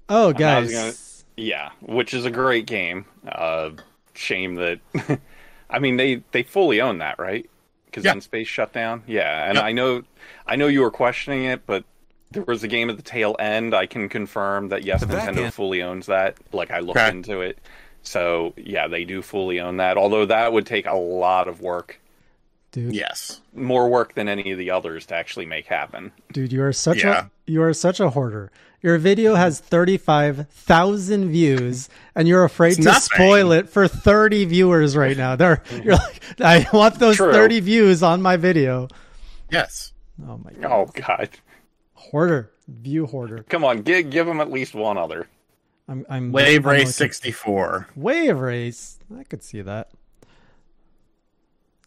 [SPEAKER 2] Oh,
[SPEAKER 3] And I was
[SPEAKER 2] guys.
[SPEAKER 3] Yeah, which is a great game. Uh, shame that. I mean, they they fully own that, right? Because
[SPEAKER 4] Yeah.
[SPEAKER 3] Space shut down. Yeah, and
[SPEAKER 4] Yep.
[SPEAKER 3] I know, I know you were questioning it, but there was a game at the tail end. I can confirm that yes,
[SPEAKER 1] The back
[SPEAKER 3] Nintendo
[SPEAKER 1] end.
[SPEAKER 3] fully owns that. Like I looked
[SPEAKER 4] Okay.
[SPEAKER 3] into it. So yeah, they do fully own that. Although that would take a lot of work,
[SPEAKER 2] Dude,
[SPEAKER 4] Yes.
[SPEAKER 3] more work than any of the others to actually make happen.
[SPEAKER 2] Dude, you are such
[SPEAKER 4] Yeah.
[SPEAKER 2] a you are such a hoarder. Your video has thirty five thousand views, and you're afraid to
[SPEAKER 4] nothing.
[SPEAKER 2] spoil it for thirty viewers right now. There, you're like, I want those
[SPEAKER 3] True.
[SPEAKER 2] thirty views on my video.
[SPEAKER 4] Yes.
[SPEAKER 2] Oh my god,
[SPEAKER 3] Oh God,
[SPEAKER 2] hoarder, view hoarder.
[SPEAKER 3] come on, give give them at least one other.
[SPEAKER 2] I'm, I'm
[SPEAKER 4] Wave
[SPEAKER 2] I'm
[SPEAKER 4] Race
[SPEAKER 2] looking-
[SPEAKER 4] 64.
[SPEAKER 2] Wave race. I could see that.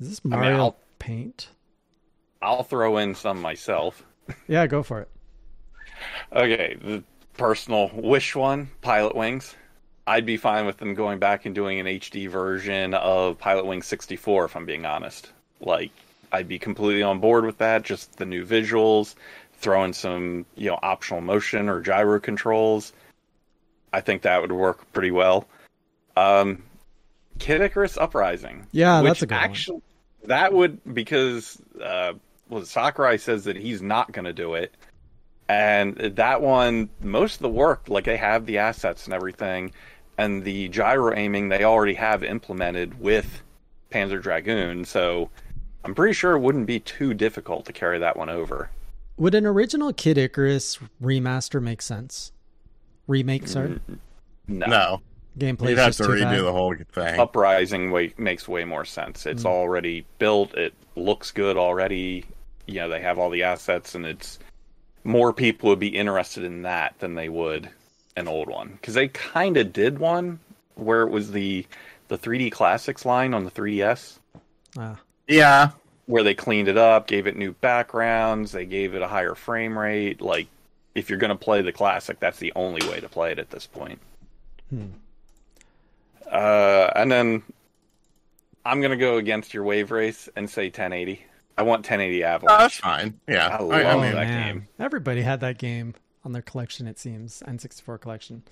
[SPEAKER 2] Is this Mario
[SPEAKER 3] I'll-
[SPEAKER 2] Paint?
[SPEAKER 3] I'll throw in some myself.
[SPEAKER 2] Yeah, go for it.
[SPEAKER 3] Okay, the personal wish one, Pilot Wings. I'd be fine with them going back and doing an HD version of Pilot Wing 64 if I'm being honest. Like I'd be completely on board with that, just the new visuals, throw in some, you know, optional motion or gyro controls. I think that would work pretty well. Um Kid Icarus Uprising.
[SPEAKER 2] Yeah,
[SPEAKER 3] which
[SPEAKER 2] that's a good one.
[SPEAKER 3] actu- that would because uh well Sakurai says that he's not going to do it. And that one, most of the work, like they have the assets and everything, and the gyro aiming they already have implemented with Panzer Dragoon. So I'm pretty sure it wouldn't be too difficult to carry that one over.
[SPEAKER 2] Would an original Kid Icarus remaster make sense? Remake, sorry.
[SPEAKER 3] No. Oh.
[SPEAKER 4] No.
[SPEAKER 2] Gameplay.
[SPEAKER 4] Mm. You'd
[SPEAKER 2] is
[SPEAKER 4] have
[SPEAKER 2] just
[SPEAKER 4] to
[SPEAKER 2] too bad.
[SPEAKER 4] redo the whole thing.
[SPEAKER 3] Uprising way, makes way more sense. It's already built, it looks good already. you know they have all the assets and it's more people would be interested in that than they would an old one because they kind of did one where it was the the 3D classics line on the 3DS
[SPEAKER 2] Ah.
[SPEAKER 4] Yeah.
[SPEAKER 3] where they cleaned it up, gave it new backgrounds, they gave it a higher frame rate. Like, if you're going to play the classic, that's the only way to play it at this point. Uh, and then I'm going to go against your wave race and say 1080. I want 1080
[SPEAKER 4] Oh,
[SPEAKER 3] Avalanche.
[SPEAKER 4] that's fine. Yeah.
[SPEAKER 3] I
[SPEAKER 4] I- I
[SPEAKER 3] love
[SPEAKER 4] mean,
[SPEAKER 3] Oh, that
[SPEAKER 2] Man,
[SPEAKER 3] game.
[SPEAKER 2] Everybody had that game on their collection, it seems. N64 collection.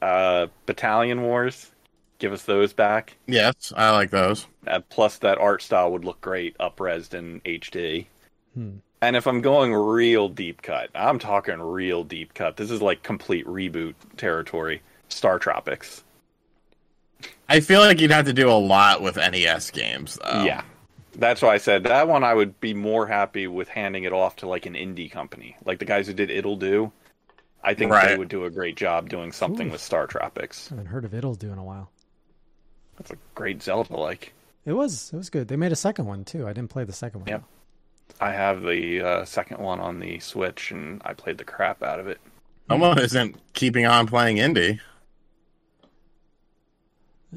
[SPEAKER 3] Uh, Battalion Wars, give us those back.
[SPEAKER 4] Yes, I like those.
[SPEAKER 3] Uh, plus, that art style would look great upresed in HD.
[SPEAKER 2] Hmm.
[SPEAKER 3] And if I'm going real deep cut, I'm talking real deep cut. This is like complete reboot territory. Star Tropics.
[SPEAKER 4] I feel like you'd have to do a lot with NES games. Though.
[SPEAKER 3] Yeah. That's why I said that one I would be more happy with handing it off to like an indie company. Like the guys who did It'll Do. I think they
[SPEAKER 4] Right.
[SPEAKER 3] would do a great job doing something
[SPEAKER 2] Ooh.
[SPEAKER 3] with Star Tropics.
[SPEAKER 2] I haven't heard of It'll Do in a while.
[SPEAKER 3] That's a great Zelda like.
[SPEAKER 2] It was it was good. They made a second one too. I didn't play the second one.
[SPEAKER 3] Yep. I have the uh, second one on the Switch and I played the crap out of it.
[SPEAKER 4] Someone isn't keeping on playing indie.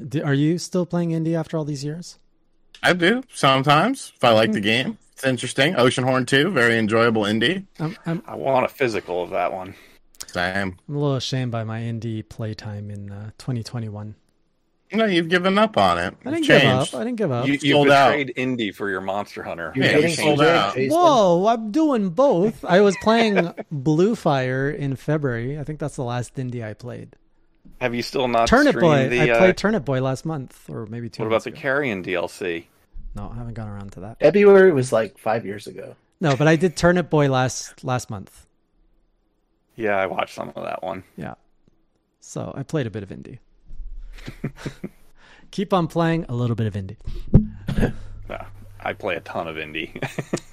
[SPEAKER 2] D- are you still playing indie after all these years?
[SPEAKER 4] I do sometimes if I like the
[SPEAKER 2] Mm-hmm.
[SPEAKER 4] game. It's interesting. Oceanhorn 2, very enjoyable indie.
[SPEAKER 2] I'm I'm,
[SPEAKER 3] I want a physical of that one.
[SPEAKER 4] Same.
[SPEAKER 2] I'm a little ashamed by my indie playtime in uh, 2021.
[SPEAKER 4] You know, you've given up on it.
[SPEAKER 2] I didn't
[SPEAKER 4] You've
[SPEAKER 2] give
[SPEAKER 4] changed.
[SPEAKER 2] up. I didn't give up.
[SPEAKER 4] You-
[SPEAKER 3] You
[SPEAKER 4] Sold out.
[SPEAKER 3] betrayed indie for your Monster Hunter.
[SPEAKER 5] You're
[SPEAKER 4] Yeah,
[SPEAKER 5] getting
[SPEAKER 4] we sold
[SPEAKER 5] sold out,
[SPEAKER 4] out.
[SPEAKER 5] Jason.
[SPEAKER 2] Whoa, I'm doing both. I was playing Blue Fire in February. I think that's the last indie I played.
[SPEAKER 3] Have you still not
[SPEAKER 2] Turnip Boy.
[SPEAKER 3] streamed the?
[SPEAKER 2] I
[SPEAKER 3] uh,
[SPEAKER 2] played Turnip Boy last month, or maybe two.
[SPEAKER 3] what about
[SPEAKER 2] months
[SPEAKER 3] the
[SPEAKER 2] ago.
[SPEAKER 3] Carrion DLC?
[SPEAKER 2] No, I haven't gone around to that.
[SPEAKER 5] February was like five years ago.
[SPEAKER 2] No, but I did Turnip Boy last last month.
[SPEAKER 3] Yeah, I watched some of that one.
[SPEAKER 2] Yeah. So I played a bit of indie. Keep on playing a little bit of indie.
[SPEAKER 3] Uh, I play a ton of indie.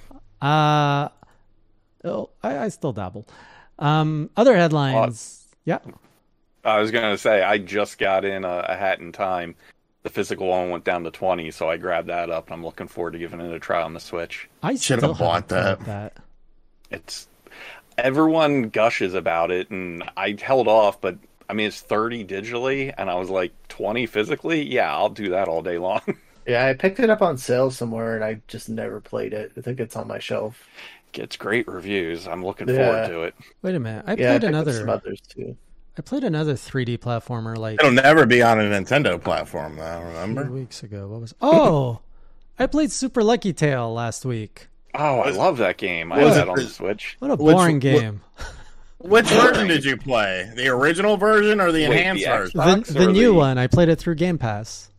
[SPEAKER 2] Uh oh, I, I still dabble. Um, other headlines. yeah.
[SPEAKER 3] I was gonna say I just got in a, a hat in time. The physical one went down to twenty, so I grabbed that up, and I'm looking forward to giving it a try on the Switch.
[SPEAKER 2] I
[SPEAKER 4] Should've
[SPEAKER 2] still haven't
[SPEAKER 4] bought that.
[SPEAKER 2] played that.
[SPEAKER 3] It's everyone gushes about it, and I held off, but I mean it's thirty digitally, and I was like twenty physically. Yeah, I'll do that all day long.
[SPEAKER 5] Yeah, I picked it up on sale somewhere, and I just never played it. I think it's on my shelf.
[SPEAKER 3] Gets great reviews. I'm looking
[SPEAKER 5] Yeah.
[SPEAKER 3] forward to it.
[SPEAKER 2] Wait a minute. I
[SPEAKER 5] yeah, I
[SPEAKER 2] played
[SPEAKER 5] picked up some
[SPEAKER 2] another
[SPEAKER 5] others too.
[SPEAKER 2] I played another 3D platformer like
[SPEAKER 4] It'll never be on a Nintendo platform, though,
[SPEAKER 2] two
[SPEAKER 4] remember?
[SPEAKER 2] weeks ago. What was Oh I played Super Lucky Tail last week.
[SPEAKER 3] Oh, I love that game. I have
[SPEAKER 4] Was it
[SPEAKER 3] that on
[SPEAKER 4] for-
[SPEAKER 3] the Switch.
[SPEAKER 2] What a
[SPEAKER 4] Which-
[SPEAKER 2] boring
[SPEAKER 4] what-
[SPEAKER 2] game.
[SPEAKER 4] Which version did you play? The original version or
[SPEAKER 3] the
[SPEAKER 4] the enhanced
[SPEAKER 3] X-
[SPEAKER 4] version?
[SPEAKER 2] the
[SPEAKER 3] Xbox
[SPEAKER 2] the
[SPEAKER 3] or
[SPEAKER 2] new
[SPEAKER 3] the-
[SPEAKER 2] one. I played it through Game Pass.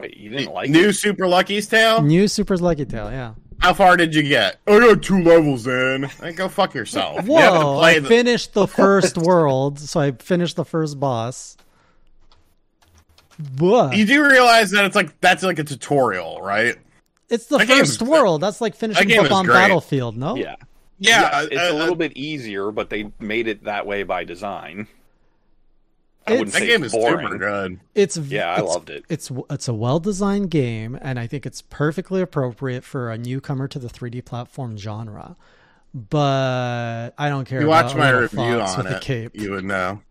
[SPEAKER 3] Wait, you didn't like
[SPEAKER 4] New
[SPEAKER 3] it?
[SPEAKER 4] Super Lucky's Tale?
[SPEAKER 2] New Super Lucky Tail, yeah.
[SPEAKER 4] How far did you get? I got two levels in. Like, go fuck yourself. You have to
[SPEAKER 2] Whoa!
[SPEAKER 4] play
[SPEAKER 2] I
[SPEAKER 4] the-
[SPEAKER 2] finished the first world, so I finished the first boss. What?
[SPEAKER 4] you do realize that it's like that's like a tutorial, right?
[SPEAKER 2] It's the
[SPEAKER 4] that game
[SPEAKER 2] first
[SPEAKER 4] is-
[SPEAKER 2] world. That's like finishing
[SPEAKER 4] game
[SPEAKER 2] up
[SPEAKER 4] is
[SPEAKER 2] on
[SPEAKER 4] great.
[SPEAKER 2] Battlefield. No,
[SPEAKER 3] Yeah.
[SPEAKER 4] Yeah,
[SPEAKER 3] it's
[SPEAKER 4] uh,
[SPEAKER 3] a little
[SPEAKER 4] uh,
[SPEAKER 3] bit easier, but they made it that way by design. I
[SPEAKER 2] It's-
[SPEAKER 3] wouldn't
[SPEAKER 4] That
[SPEAKER 3] say
[SPEAKER 4] game
[SPEAKER 3] it's
[SPEAKER 4] is
[SPEAKER 3] boring.
[SPEAKER 4] super good.
[SPEAKER 2] it's v-
[SPEAKER 3] Yeah, I
[SPEAKER 2] it's-
[SPEAKER 3] loved it.
[SPEAKER 2] It's it's a well designed game, and I think it's perfectly appropriate for a newcomer to the 3D platform genre. But I don't care.
[SPEAKER 4] You watch
[SPEAKER 2] about
[SPEAKER 4] my
[SPEAKER 2] Little
[SPEAKER 4] review
[SPEAKER 2] Fox
[SPEAKER 4] on
[SPEAKER 2] with the
[SPEAKER 4] it,
[SPEAKER 2] cape.
[SPEAKER 4] you would know.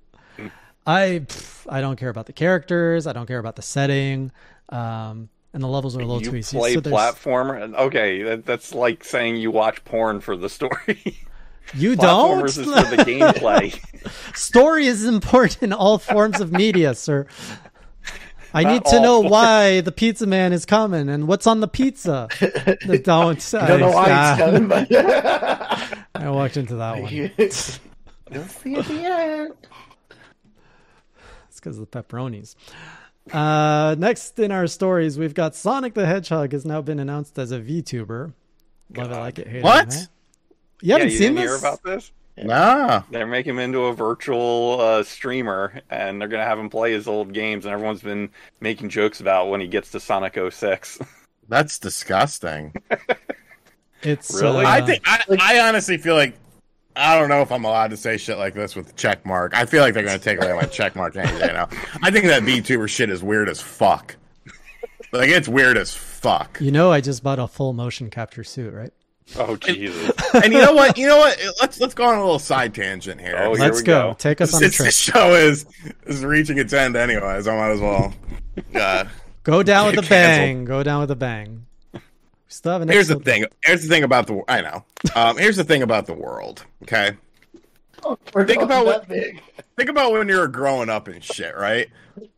[SPEAKER 2] I pff, I don't care about the characters. I don't care about the setting. Um, and the levels are a little
[SPEAKER 3] You
[SPEAKER 2] too easy.
[SPEAKER 3] play
[SPEAKER 2] so there's-
[SPEAKER 3] platformer. Okay, that, that's like saying you watch porn for the story.
[SPEAKER 2] You don't.
[SPEAKER 3] Platformers is for the gameplay.
[SPEAKER 2] Story is important in all forms of media, sir. I
[SPEAKER 3] Not
[SPEAKER 2] need to
[SPEAKER 3] all
[SPEAKER 2] know
[SPEAKER 3] forms.
[SPEAKER 2] why the pizza man is coming and what's on the pizza. don't.
[SPEAKER 5] I don't know why
[SPEAKER 2] Ah.
[SPEAKER 5] it's coming, but
[SPEAKER 2] I walked into that one.
[SPEAKER 5] You'll see at the end.
[SPEAKER 2] It's because of the pepperonis. Uh, next in our stories, we've got Sonic the Hedgehog has now been announced as a VTuber. Love it, like it, hate it,
[SPEAKER 4] What?
[SPEAKER 2] huh? You haven't
[SPEAKER 3] yeah, you
[SPEAKER 2] seen
[SPEAKER 3] didn't hear
[SPEAKER 2] this?
[SPEAKER 3] about this?
[SPEAKER 4] Nah.
[SPEAKER 3] They're making him into a virtual uh, streamer, and they're gonna have him play his old games. And everyone's been making jokes about when he gets to Sonic 06.
[SPEAKER 4] That's disgusting.
[SPEAKER 2] It's
[SPEAKER 3] Really?
[SPEAKER 2] uh,
[SPEAKER 4] I think I, I honestly feel like I don't know if I'm allowed to say shit like this with the check mark. I feel like they're gonna take away my check mark any day now. I think that VTuber shit is weird as fuck. Like it's weird as fuck.
[SPEAKER 2] you know I just bought a full motion capture suit, right?
[SPEAKER 3] Oh Jesus!
[SPEAKER 4] And you know what? You know what? Let's let's go on a little side tangent here.
[SPEAKER 3] Oh, yeah.
[SPEAKER 2] Let's
[SPEAKER 3] we
[SPEAKER 2] go.
[SPEAKER 3] go.
[SPEAKER 2] Take us on a
[SPEAKER 4] Since
[SPEAKER 2] trip.
[SPEAKER 4] this show is is reaching its end anyways, I might as well. Uh,
[SPEAKER 2] Go down with a
[SPEAKER 4] Cancel.
[SPEAKER 2] bang. Go down with a bang. We Still have an
[SPEAKER 4] here's the
[SPEAKER 2] episode-
[SPEAKER 4] thing. Here's the thing about the. wor- I know. Um, here's the thing about the world. Okay.
[SPEAKER 5] We're
[SPEAKER 4] Think
[SPEAKER 5] not
[SPEAKER 4] about what-
[SPEAKER 5] that big.
[SPEAKER 4] think about when you were growing up and shit, right?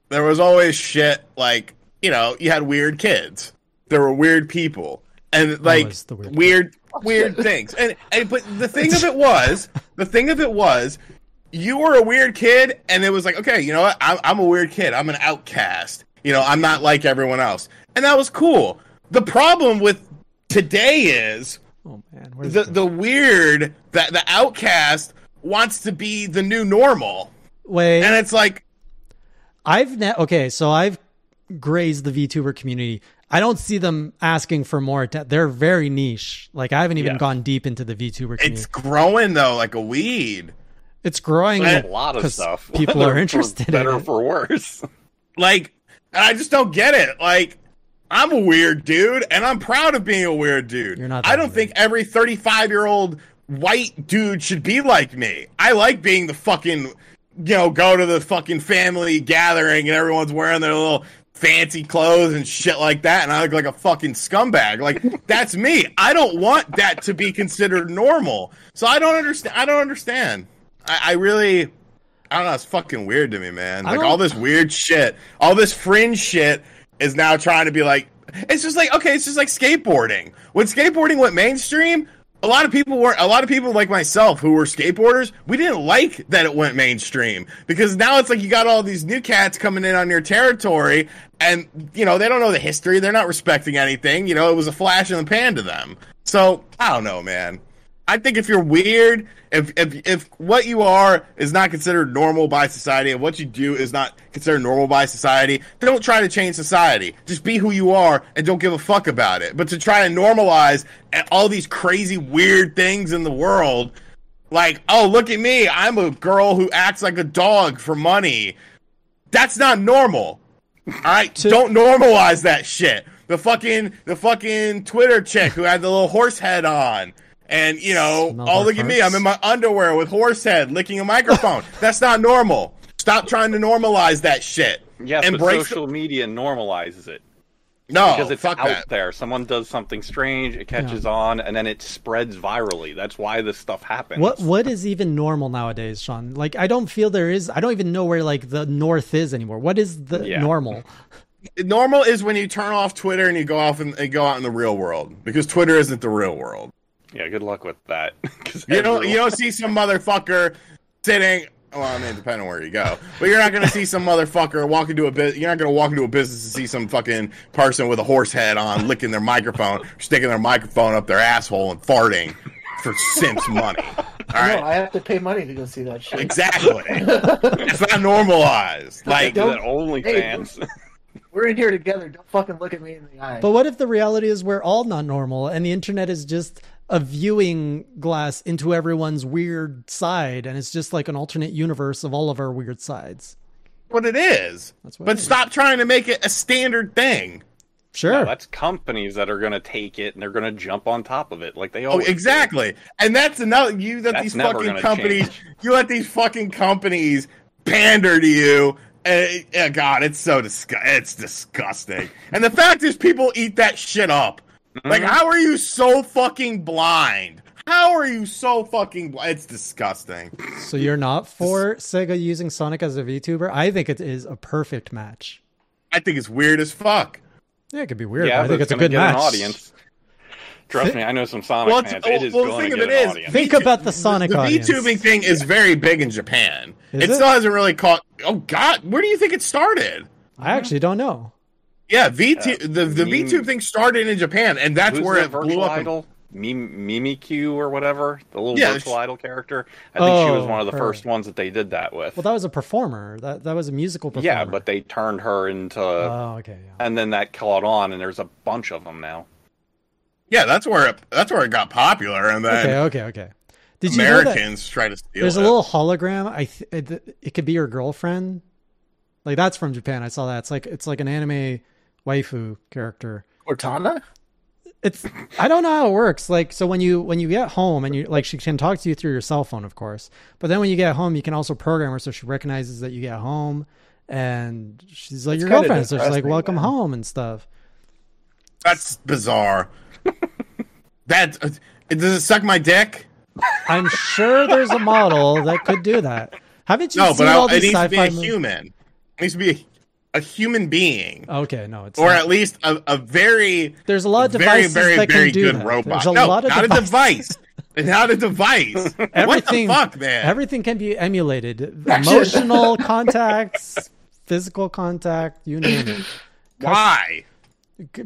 [SPEAKER 4] There was always shit like, you know, you had weird kids. There were weird people. And like
[SPEAKER 2] was the weird
[SPEAKER 4] weird weird, things. And, and but the thing of it was, the thing of it was you were a weird kid and it was like, okay, you know what? I'm I'm a weird kid. I'm an outcast. You know, I'm not like everyone else. And that was cool. The problem with today is
[SPEAKER 2] Oh man, where's
[SPEAKER 4] the
[SPEAKER 2] the,
[SPEAKER 4] the weird that the outcast wants to be the new normal.
[SPEAKER 2] wait?
[SPEAKER 4] And it's like,
[SPEAKER 2] I've ne- okay, so I've grazed the VTuber community. I don't see them asking for more. de- They're very niche. Like I haven't even
[SPEAKER 3] Yeah.
[SPEAKER 2] gone deep into the VTuber community.
[SPEAKER 4] it's
[SPEAKER 2] It's,
[SPEAKER 4] growing though, like a weed.
[SPEAKER 2] growing.
[SPEAKER 3] There's a lot of
[SPEAKER 2] 'cause
[SPEAKER 3] stuff.
[SPEAKER 2] People
[SPEAKER 3] whether
[SPEAKER 2] are
[SPEAKER 3] for
[SPEAKER 2] interested. in
[SPEAKER 3] better
[SPEAKER 2] it.
[SPEAKER 3] for worse.
[SPEAKER 4] Like, and I just don't get it. Like, I'm a weird dude, and I'm proud of being a weird dude.
[SPEAKER 2] You're not that
[SPEAKER 4] I don't
[SPEAKER 2] weird.
[SPEAKER 4] think every 35 year old white dude should be like me. I like being the fucking, you know, go to the fucking family gathering and everyone's wearing their little fancy clothes and shit like that, and I look like a fucking scumbag. Like, that's me. I don't want that to be considered normal. So I don't understand. I don't understand. I, I really. I don't know. It's fucking weird to me, man.
[SPEAKER 2] I
[SPEAKER 4] Like
[SPEAKER 2] don't-
[SPEAKER 4] all this weird shit, all this fringe shit is now trying to be like. It's just like okay, it's just like skateboarding. When skateboarding went mainstream, a lot of people were a lot of people like myself who were skateboarders. We didn't like that it went mainstream because now it's like you got all these new cats coming in on your territory, and you know they don't know the history. They're not respecting anything. You know it was a flash in the pan to them. So I don't know, man. I think if you're weird, if if if what you are is not considered normal by society, and what you do is not considered normal by society, don't try to change society. Just be who you are and don't give a fuck about it. But to try and normalize and all these crazy weird things in the world, like oh look at me, I'm a girl who acts like a dog for money. That's not normal. All right, don't normalize that shit. The fucking the fucking Twitter chick who had the little horse head on, and you know,
[SPEAKER 2] Smell
[SPEAKER 4] oh
[SPEAKER 2] her
[SPEAKER 4] look at me,
[SPEAKER 2] farts.
[SPEAKER 4] I'm in my underwear with horse head, licking a microphone. That's not normal. Stop trying to normalize that shit.
[SPEAKER 3] Yes,
[SPEAKER 4] embrace
[SPEAKER 3] but social media normalizes it
[SPEAKER 4] the, no
[SPEAKER 3] because it's
[SPEAKER 4] Oh, fuck
[SPEAKER 3] out
[SPEAKER 4] that.
[SPEAKER 3] there. Someone does something strange, it catches on, and then it spreads virally. That's why this stuff happens.
[SPEAKER 2] What what is even normal nowadays, Sean? Like I don't feel there is. I don't even know where like the north is anymore. What is the
[SPEAKER 3] Yeah.
[SPEAKER 2] normal?
[SPEAKER 4] Normal is when you turn off Twitter and you go off and, and go out in the real world because Twitter isn't the real world.
[SPEAKER 3] Yeah, good luck with that. 'Cause
[SPEAKER 4] You don't you
[SPEAKER 3] everyone-
[SPEAKER 4] don't see some motherfucker sitting. Well, I mean, depending on where you go, but you're not gonna see some motherfucker walk into a bus You're not gonna walk into a business and see some fucking person with a horse head on, licking their microphone, sticking their microphone up their asshole and farting for Simps money. All
[SPEAKER 5] No,
[SPEAKER 4] right,
[SPEAKER 5] Oh, I have to pay money to go see that shit.
[SPEAKER 4] exactly. It's not normalized.
[SPEAKER 3] Like
[SPEAKER 4] Like
[SPEAKER 3] that
[SPEAKER 5] don't-
[SPEAKER 3] OnlyFans.
[SPEAKER 5] We're in here together. Don't fucking look at me in the eye.
[SPEAKER 2] But what if the reality is we're all not normal and the internet is just a viewing glass into everyone's weird side and it's just like an alternate universe of all of our weird sides?
[SPEAKER 4] what it is.
[SPEAKER 2] That's what it
[SPEAKER 4] But
[SPEAKER 2] is.
[SPEAKER 4] stop trying to make it a standard thing.
[SPEAKER 2] Sure.
[SPEAKER 3] No, that's companies that are going to take it and they're going to jump on top of it, like they
[SPEAKER 4] Oh,
[SPEAKER 3] always. do.
[SPEAKER 4] exactly. And that's another you let
[SPEAKER 3] That's
[SPEAKER 4] these
[SPEAKER 3] never
[SPEAKER 4] fucking
[SPEAKER 3] gonna
[SPEAKER 4] companies
[SPEAKER 3] change.
[SPEAKER 4] you let these fucking companies pander to you. And, uh, God, it's so disgust. It's disgusting. And the fact is, people eat that shit up.
[SPEAKER 3] Mm-hmm.
[SPEAKER 4] Like, how are you so fucking blind? How are you so fucking blind? It's disgusting.
[SPEAKER 2] So you're not for Sega using Sonic as a VTuber? I think it is a perfect match.
[SPEAKER 4] I think it's weird as fuck.
[SPEAKER 2] Yeah, it could be weird.
[SPEAKER 3] Yeah,
[SPEAKER 2] but I think
[SPEAKER 3] but
[SPEAKER 2] it's a
[SPEAKER 3] gonna
[SPEAKER 2] good
[SPEAKER 3] get
[SPEAKER 2] match.
[SPEAKER 3] An audience. Trust me, I know some Sonic
[SPEAKER 4] Well, it's- oh,
[SPEAKER 3] fans.
[SPEAKER 4] well,
[SPEAKER 3] It is
[SPEAKER 4] well, the
[SPEAKER 3] going
[SPEAKER 4] thing
[SPEAKER 3] to get
[SPEAKER 4] of it
[SPEAKER 3] an
[SPEAKER 4] is,
[SPEAKER 3] audience.
[SPEAKER 2] Think about the Sonic
[SPEAKER 4] the
[SPEAKER 2] audience.
[SPEAKER 4] VTubing thing is very big in Japan.
[SPEAKER 2] Is
[SPEAKER 4] it,
[SPEAKER 2] it?
[SPEAKER 4] still hasn't really caught. Oh God, where do you think it started?
[SPEAKER 2] I actually don't know.
[SPEAKER 4] Yeah, VT the the
[SPEAKER 3] Meme-
[SPEAKER 4] VTube thing started in Japan, and that's
[SPEAKER 3] Who's
[SPEAKER 4] where
[SPEAKER 3] the
[SPEAKER 4] it
[SPEAKER 3] virtual
[SPEAKER 4] blew up. in-
[SPEAKER 3] idol? Mim- Mimikyu or whatever, the little
[SPEAKER 4] Yeah,
[SPEAKER 3] virtual
[SPEAKER 4] she-
[SPEAKER 3] idol character. I think she was
[SPEAKER 2] Oh,
[SPEAKER 3] one of the
[SPEAKER 2] her.
[SPEAKER 3] first ones that they did that with.
[SPEAKER 2] Well, that was a performer. That that was a musical performer.
[SPEAKER 3] yeah, but uh, they turned her into,
[SPEAKER 2] Oh, okay. Yeah.
[SPEAKER 3] and then that caught on, and there's a bunch of them now.
[SPEAKER 4] Yeah, that's where it that's where it got popular, and then
[SPEAKER 2] Okay, okay, okay. Did you know that
[SPEAKER 4] Americans try to steal
[SPEAKER 2] there's
[SPEAKER 4] it.
[SPEAKER 2] a little hologram? I th- it, it could be your girlfriend. Like that's from Japan. I saw that. It's like it's like an anime waifu character.
[SPEAKER 5] Cortana?
[SPEAKER 2] it's I don't know how it works. Like so when you when you get home and you like she can talk to you through your cell phone, of course. But then when you get home, you can also program her so she recognizes that you get home, and she's like
[SPEAKER 5] It's
[SPEAKER 2] your
[SPEAKER 5] kinda
[SPEAKER 2] girlfriend, so she's like
[SPEAKER 5] depressing,
[SPEAKER 2] welcome
[SPEAKER 5] man.
[SPEAKER 2] home and stuff.
[SPEAKER 4] That's bizarre. that uh, does it suck my dick?
[SPEAKER 2] I'm sure there's a model that could do that. Haven't you
[SPEAKER 4] No,
[SPEAKER 2] seen
[SPEAKER 4] but
[SPEAKER 2] all
[SPEAKER 4] I, it
[SPEAKER 2] these
[SPEAKER 4] needs to be
[SPEAKER 2] sci-fi
[SPEAKER 4] a
[SPEAKER 2] movies?
[SPEAKER 4] human. It needs to be a, a human being,
[SPEAKER 2] Okay, no, it's
[SPEAKER 4] or
[SPEAKER 2] not.
[SPEAKER 4] at least a, a very
[SPEAKER 2] there's Oh, a lot of
[SPEAKER 4] very
[SPEAKER 2] devices
[SPEAKER 4] very
[SPEAKER 2] that
[SPEAKER 4] very
[SPEAKER 2] can do
[SPEAKER 4] good
[SPEAKER 2] that.
[SPEAKER 4] robot.
[SPEAKER 2] There's a
[SPEAKER 4] no,
[SPEAKER 2] lot of
[SPEAKER 4] not a
[SPEAKER 2] devices.
[SPEAKER 4] device. Not a device. what the
[SPEAKER 2] Everything,
[SPEAKER 4] fuck, man?
[SPEAKER 2] Everything can be emulated. Emotional contacts, physical contact, you name it.
[SPEAKER 4] Why?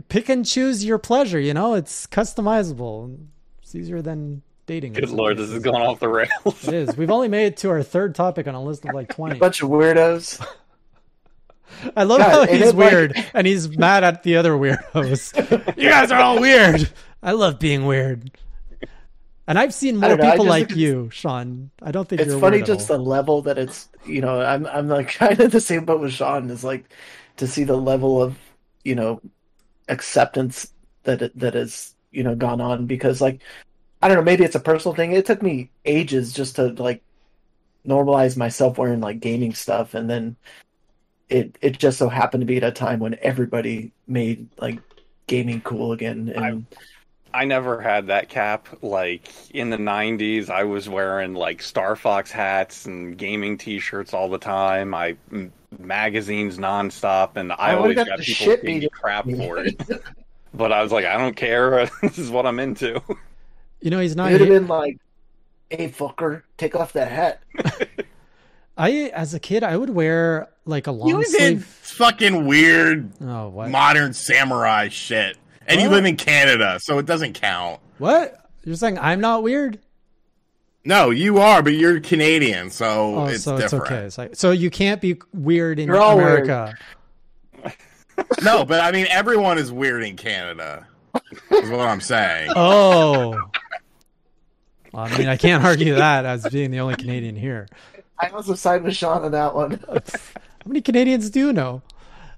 [SPEAKER 2] pick and choose your pleasure. You know, it's customizable. It's easier than dating. in
[SPEAKER 3] Good
[SPEAKER 2] some
[SPEAKER 3] lord, this
[SPEAKER 2] cases.
[SPEAKER 3] is going off the rails.
[SPEAKER 2] It is. We've only made it to our third topic on a list of like twenty.
[SPEAKER 5] bunch of weirdos.
[SPEAKER 2] I love
[SPEAKER 5] God,
[SPEAKER 2] how
[SPEAKER 5] and
[SPEAKER 2] he's
[SPEAKER 5] it's like-
[SPEAKER 2] weird and he's mad at the other weirdos. you guys are all weird. I love being weird. And I've seen
[SPEAKER 5] I
[SPEAKER 2] more
[SPEAKER 5] don't know, I
[SPEAKER 2] people
[SPEAKER 5] just
[SPEAKER 2] like
[SPEAKER 5] think
[SPEAKER 2] you, Sean. I don't think
[SPEAKER 5] It's
[SPEAKER 2] you're a
[SPEAKER 5] funny
[SPEAKER 2] weirdo.
[SPEAKER 5] just the level that it's you know, I'm I'm like kind of the same boat with Sean is like to see the level of, you know, acceptance that it, that has, you know, gone on because like I don't know, maybe it's a personal thing. It took me ages just to like normalize myself wearing like gaming stuff and then it it just so happened to be at a time when everybody made like gaming cool again and
[SPEAKER 3] I never had that cap. Like in the '90s, I was wearing like Star Fox hats and gaming T-shirts all the time. I m- magazines nonstop, and I,
[SPEAKER 5] would've
[SPEAKER 3] always
[SPEAKER 5] got
[SPEAKER 3] got
[SPEAKER 5] the
[SPEAKER 3] people
[SPEAKER 5] shit
[SPEAKER 3] giving me
[SPEAKER 5] beat
[SPEAKER 3] crap for it. but I was like, I don't care. this is what I'm into.
[SPEAKER 2] you know, he's not.
[SPEAKER 5] it would have
[SPEAKER 2] here.
[SPEAKER 5] been like, "Hey fucker, take off that hat."
[SPEAKER 2] I, as a kid, I would wear like a long
[SPEAKER 4] You did
[SPEAKER 2] sleeve.
[SPEAKER 4] fucking weird
[SPEAKER 2] Oh, what?
[SPEAKER 4] modern samurai shit, and you
[SPEAKER 2] What?
[SPEAKER 4] live in Canada, so it doesn't count.
[SPEAKER 2] What? You're saying I'm not weird?
[SPEAKER 4] No, you are, but you're Canadian, so
[SPEAKER 2] Oh,
[SPEAKER 4] it's
[SPEAKER 2] so
[SPEAKER 4] different.
[SPEAKER 2] it's okay. It's like- so you can't be weird in
[SPEAKER 5] You're all
[SPEAKER 2] America.
[SPEAKER 4] No, but I mean, everyone is weird in Canada. Is what I'm saying.
[SPEAKER 2] Oh. Well, I mean, I can't argue that as being the only Canadian here.
[SPEAKER 5] I also side with Sean on that one.
[SPEAKER 2] How many Canadians do you know?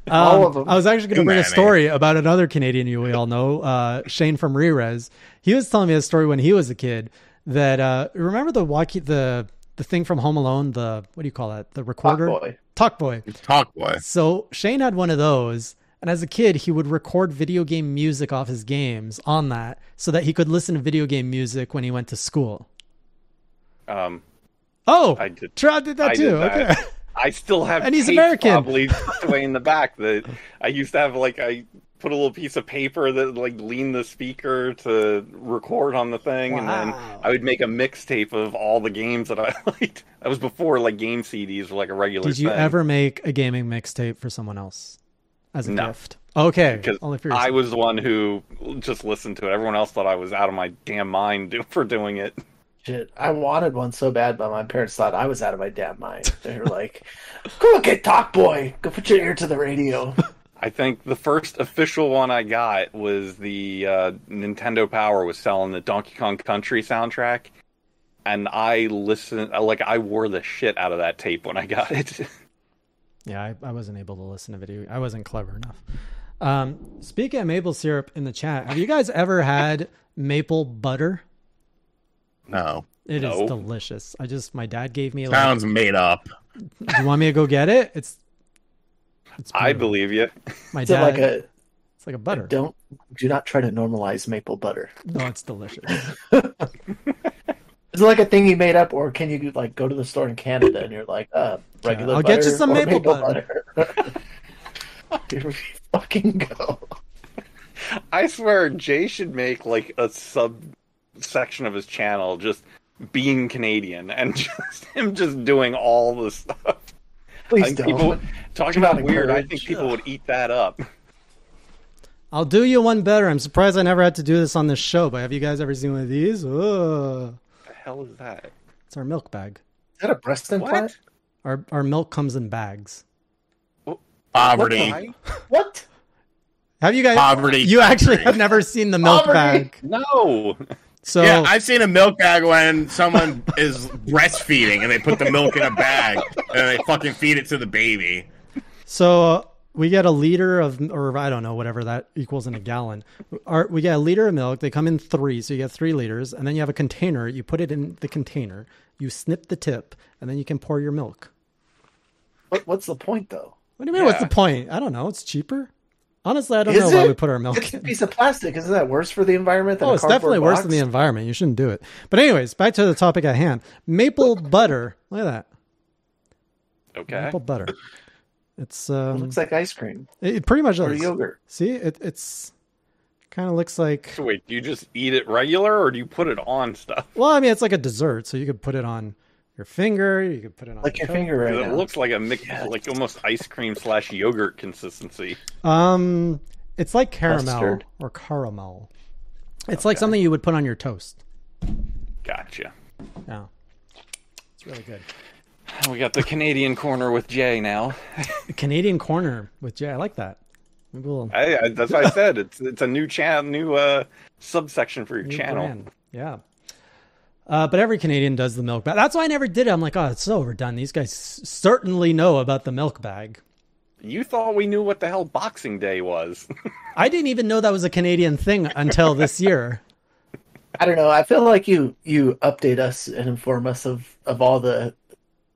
[SPEAKER 2] Um,
[SPEAKER 5] All of 'em.
[SPEAKER 2] I was actually going to
[SPEAKER 4] Too
[SPEAKER 2] bring a
[SPEAKER 4] many.
[SPEAKER 2] story about another Canadian you we all know, uh, Shane from Rerez. He was telling me a story when he was a kid that uh, remember the walkie the the thing from Home Alone, the what do you call that? The recorder,
[SPEAKER 5] Boy.
[SPEAKER 2] Talk boy.
[SPEAKER 4] Talk boy.
[SPEAKER 2] So Shane had one of those, and as a kid, he would record video game music off his games on that so that he could listen to video game music when he went to school.
[SPEAKER 3] Um,
[SPEAKER 2] Oh,
[SPEAKER 3] I did.
[SPEAKER 2] Trad did that
[SPEAKER 3] I
[SPEAKER 2] too.
[SPEAKER 3] did that.
[SPEAKER 2] Okay.
[SPEAKER 3] I still have
[SPEAKER 2] And he's
[SPEAKER 3] tape
[SPEAKER 2] American.
[SPEAKER 3] probably way in the back that I used to have like I put a little piece of paper that like leaned the speaker to record on the thing and
[SPEAKER 2] Wow.
[SPEAKER 3] then I would make a mixtape of all the games that I liked. That was before like game CDs were like a regular
[SPEAKER 2] Did you
[SPEAKER 3] thing.
[SPEAKER 2] ever make a gaming mixtape for someone else as a
[SPEAKER 3] No.
[SPEAKER 2] gift? Okay,
[SPEAKER 3] because
[SPEAKER 2] only for
[SPEAKER 3] I
[SPEAKER 2] yourself.
[SPEAKER 3] was the one who just listened to it. Everyone else thought I was out of my damn mind do- for doing it.
[SPEAKER 5] Shit, I wanted one so bad, but my parents thought I was out of my damn mind. They were like, "Go get Talk Boy. Go put your ear to the radio."
[SPEAKER 3] I think the first official one I got was the uh, Nintendo Power was selling the Donkey Kong Country soundtrack, and I listened like I wore the shit out of that tape when I got it.
[SPEAKER 2] Yeah, I, I wasn't able to listen to video. I wasn't clever enough. Um, speaking of maple syrup in the chat, have you guys ever had maple butter?
[SPEAKER 4] No,
[SPEAKER 2] It is
[SPEAKER 3] No.
[SPEAKER 2] delicious. I just my dad gave me. Like,
[SPEAKER 4] sounds made up.
[SPEAKER 2] Do you want me to go get it? It's. it's
[SPEAKER 3] I
[SPEAKER 5] Hmm.
[SPEAKER 2] brutal.
[SPEAKER 3] believe you.
[SPEAKER 2] my
[SPEAKER 5] Is it
[SPEAKER 2] dad.
[SPEAKER 5] like a
[SPEAKER 2] it's like a butter.
[SPEAKER 5] don't do not try to normalize maple butter?
[SPEAKER 2] No, it's delicious.
[SPEAKER 5] Is it like a thing you made up, or can you like go to the store in Canada and you're like, uh, regular?
[SPEAKER 2] I'll get you
[SPEAKER 5] butter
[SPEAKER 2] some
[SPEAKER 5] or
[SPEAKER 2] maple butter.
[SPEAKER 5] butter? Here we fucking go.
[SPEAKER 3] I swear, Jay should make like a subsection of his channel just being Canadian and just him just doing all the stuff. I
[SPEAKER 5] Please
[SPEAKER 3] think
[SPEAKER 5] don't.
[SPEAKER 3] people talking
[SPEAKER 5] Not
[SPEAKER 3] about weird. I
[SPEAKER 5] encouraged.
[SPEAKER 3] think people would eat that up.
[SPEAKER 2] I'll do you one better. I'm surprised I never had to do this on this show, but have you guys ever seen one of these? Ugh.
[SPEAKER 3] The hell is that?
[SPEAKER 2] It's our milk bag.
[SPEAKER 5] Is that a breast implant?
[SPEAKER 3] What?
[SPEAKER 2] Our our milk comes in bags.
[SPEAKER 4] Poverty.
[SPEAKER 3] What?
[SPEAKER 5] What?
[SPEAKER 2] Have you guys?
[SPEAKER 4] Poverty
[SPEAKER 2] You actually
[SPEAKER 4] country.
[SPEAKER 2] have never seen the milk
[SPEAKER 5] Poverty.
[SPEAKER 2] bag.
[SPEAKER 3] No.
[SPEAKER 2] So
[SPEAKER 4] Yeah, I've seen a milk bag when someone is breastfeeding and they put the milk in a bag and they fucking feed it to the baby.
[SPEAKER 2] so uh, we get a liter of, or I don't know, whatever that equals in a gallon. Our, we get a liter of milk. They come in three, so you get three liters, and then you have a container. You put it in the container. You snip the tip, and then you can pour your milk.
[SPEAKER 5] What, what's the point, though?
[SPEAKER 2] What do you mean? What's the
[SPEAKER 3] Yeah.
[SPEAKER 2] point? I don't know. It's cheaper. Honestly, I don't know
[SPEAKER 5] Is
[SPEAKER 2] why
[SPEAKER 5] it?
[SPEAKER 2] we put our milk
[SPEAKER 5] It's a
[SPEAKER 2] in.
[SPEAKER 5] piece of plastic. Isn't that worse for the environment than
[SPEAKER 2] Oh,
[SPEAKER 5] a
[SPEAKER 2] it's definitely
[SPEAKER 5] cardboard
[SPEAKER 2] worse than
[SPEAKER 5] box?
[SPEAKER 2] the environment. You shouldn't do it. But anyways, back to the topic at hand. Maple butter. Look at that.
[SPEAKER 3] Okay.
[SPEAKER 2] Maple butter. It's um,
[SPEAKER 5] It looks like ice cream
[SPEAKER 2] it, it pretty much
[SPEAKER 5] or
[SPEAKER 2] looks.
[SPEAKER 5] yogurt.
[SPEAKER 2] See, it it's kind of looks like.
[SPEAKER 3] So wait, do you just eat it regular or do you put it on stuff?
[SPEAKER 2] Well, I mean, it's like a dessert, so you could put it on your finger. You could put it on
[SPEAKER 5] Like your
[SPEAKER 2] toast.
[SPEAKER 5] finger
[SPEAKER 3] 'Cause
[SPEAKER 5] right
[SPEAKER 3] It
[SPEAKER 5] now.
[SPEAKER 3] looks like a mix, like almost ice cream slash yogurt consistency.
[SPEAKER 2] Um, it's like caramel
[SPEAKER 5] Mustard.
[SPEAKER 2] or caramel. It's like something you would put on your toast.
[SPEAKER 3] Gotcha.
[SPEAKER 2] Yeah, it's really good.
[SPEAKER 3] We got the Canadian corner with Jay now.
[SPEAKER 2] Canadian corner with Jay. I like that. Maybe we'll
[SPEAKER 3] I, I, that's what I said. It's it's a new channel, new uh, subsection for your
[SPEAKER 2] New
[SPEAKER 3] channel.
[SPEAKER 2] brand. Yeah. Uh, but every Canadian does the milk bag. That's why I never did it. I'm like, oh, it's so overdone. These guys s- certainly know about the milk bag.
[SPEAKER 3] You thought we knew what the hell Boxing Day was?
[SPEAKER 2] I didn't even know that was a Canadian thing until this year.
[SPEAKER 5] I don't know. I feel like you you update us and inform us of of all the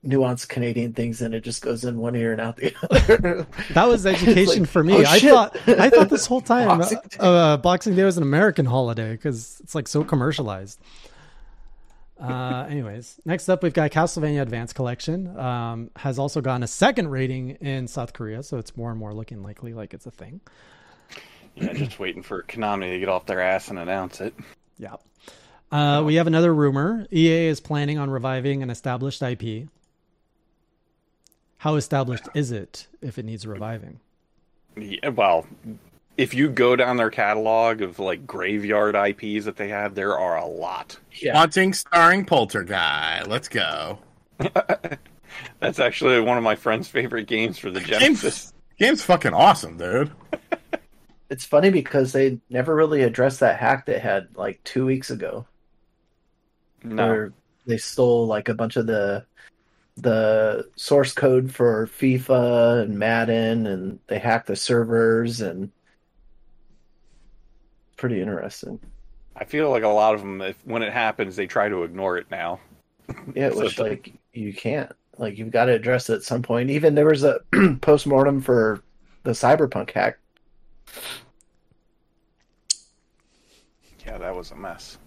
[SPEAKER 5] nuanced Canadian things, and it just goes in one ear and out the other.
[SPEAKER 2] That was education
[SPEAKER 5] like,
[SPEAKER 2] for me.
[SPEAKER 5] oh,
[SPEAKER 2] I
[SPEAKER 5] shit.
[SPEAKER 2] thought I thought this whole time
[SPEAKER 5] Boxing Day.
[SPEAKER 2] uh, Boxing Day was an American holiday because it's like so commercialized. Uh, anyways, next up we've got Castlevania Advance Collection. Um, has also gotten a second rating in South Korea, so it's more and more looking likely like it's a thing.
[SPEAKER 3] yeah, just waiting for Konami to get off their ass and announce it.
[SPEAKER 2] Yeah. Uh, we have another rumor. EA is planning on reviving an established IP. How established is it if it needs reviving?
[SPEAKER 3] Yeah, well, if you go down their catalog of like graveyard IPs that they have, there are a lot.
[SPEAKER 5] yeah,
[SPEAKER 4] Haunting starring Poltergeist. Let's go.
[SPEAKER 3] That's actually one of my friend's favorite games for the Genesis.
[SPEAKER 4] Game's, game's fucking awesome, dude.
[SPEAKER 5] it's funny because they never really addressed that hack they had like two weeks ago,
[SPEAKER 3] No,
[SPEAKER 5] where they stole like a bunch of the the source code for FIFA and Madden, and they hacked the servers and. Pretty interesting.
[SPEAKER 3] I feel like a lot of them, if, when it happens, they try to ignore it now.
[SPEAKER 5] Yeah,
[SPEAKER 3] So
[SPEAKER 5] which
[SPEAKER 3] it's like-
[SPEAKER 5] like you can't. Like you've got to address it at some point. Even there was a post mortem for the cyberpunk hack.
[SPEAKER 3] Yeah, that was a mess.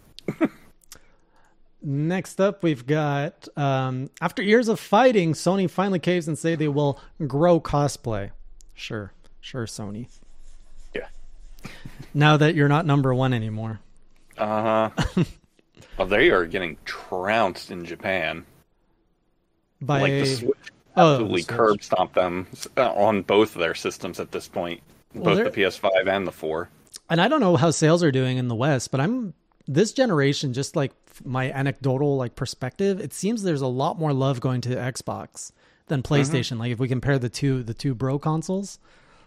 [SPEAKER 2] Next up, we've got um, after years of fighting, Sony finally caves and say they will grow cosplay. Sure, sure, Sony.
[SPEAKER 3] Yeah.
[SPEAKER 2] Now that you're not number one anymore,
[SPEAKER 3] Uh huh. well, they are getting trounced in Japan.
[SPEAKER 2] by
[SPEAKER 3] Like the Switch
[SPEAKER 2] oh,
[SPEAKER 3] absolutely
[SPEAKER 2] Switch.
[SPEAKER 3] curb stomped them uh, on both of their systems at this point, both
[SPEAKER 2] they're-
[SPEAKER 3] the PS5 and the 4.
[SPEAKER 2] and I don't know how sales are doing in the West, but I'm this generation, just like f- my anecdotal like perspective, it seems there's a lot more love going to Xbox than
[SPEAKER 3] Mm-hmm.
[SPEAKER 2] PlayStation. Like if we compare the two the two bro consoles.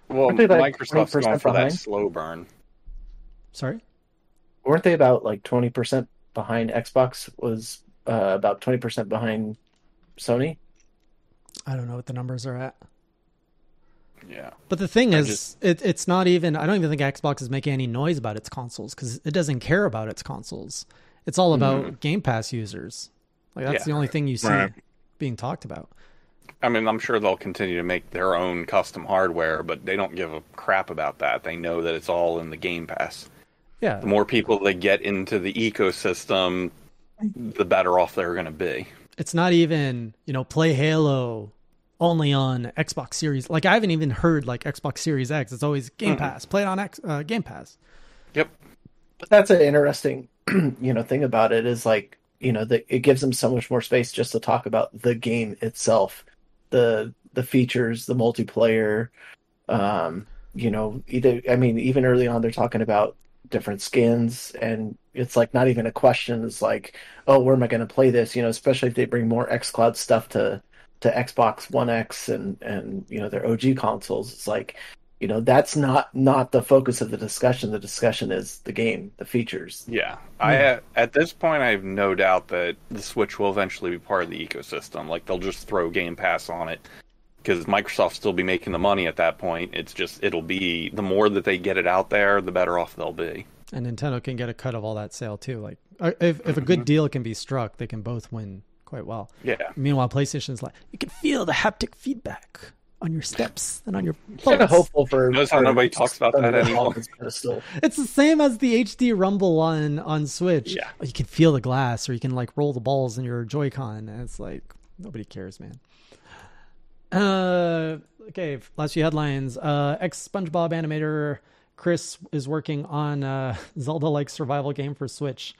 [SPEAKER 3] Well,
[SPEAKER 5] Aren't they like
[SPEAKER 3] Microsoft's
[SPEAKER 5] 20%
[SPEAKER 3] going for
[SPEAKER 5] behind?
[SPEAKER 3] that slow burn.
[SPEAKER 2] Sorry?
[SPEAKER 5] Weren't they about like twenty percent behind Xbox? Was uh, about twenty percent behind Sony?
[SPEAKER 2] I don't know what the numbers are at.
[SPEAKER 3] Yeah.
[SPEAKER 2] But the thing is, it, it's not even. I don't even think Xbox is making any noise about its consoles because it doesn't care about its consoles. It's all about Game Pass users. Like that's
[SPEAKER 3] Yeah.
[SPEAKER 2] the only thing you see
[SPEAKER 4] Right.
[SPEAKER 2] being talked about.
[SPEAKER 3] I mean, I'm sure they'll continue to make their own custom hardware, but they don't give a crap about that. They know that it's all in the Game Pass.
[SPEAKER 2] Yeah,
[SPEAKER 3] The more people they get into the ecosystem, the better off they're going to be.
[SPEAKER 2] it's not even you know play Halo only on Xbox Series. Like I haven't even heard like Xbox Series X. It's always Game Pass. Play it on X, uh, Game Pass.
[SPEAKER 3] Yep.
[SPEAKER 5] But that's an interesting, you know, thing about it is like you know that it gives them so much more space just to talk about the game itself, the the features, the multiplayer. Um, you know, either I mean, even early on, they're talking about different skins, and it's like not even a question. It's like, oh, where am I going to play this? You know, especially if they bring more XCloud stuff to to Xbox One X and and you know their OG consoles. It's like you know that's not not the focus of the discussion the discussion is the game the features
[SPEAKER 3] Yeah. I uh, at this point I have no doubt that the Switch will eventually be part of the ecosystem. Like they'll just throw Game Pass on it because Microsoft still be making the money at that point. It's just it'll be the more that they get it out there, the better off they'll be.
[SPEAKER 2] and Nintendo can get a cut of all that sale too. Like uh, if if a good deal can be struck, they can both win quite well.
[SPEAKER 3] Yeah.
[SPEAKER 2] Meanwhile, PlayStation's like you can feel the haptic feedback on your steps and on your
[SPEAKER 5] Kind of
[SPEAKER 2] pulse.
[SPEAKER 5] hopeful for.
[SPEAKER 3] Notice how
[SPEAKER 5] for-
[SPEAKER 3] nobody talks about that anymore.
[SPEAKER 5] It's pedestal.
[SPEAKER 2] It's the same as the HD Rumble on on Switch.
[SPEAKER 3] Yeah.
[SPEAKER 2] you can feel the glass, or you can like roll the balls in your Joy-Con, and it's like nobody cares, man. Uh, okay, last few headlines. Uh, ex SpongeBob animator Chris is working on a Zelda-like survival game for Switch.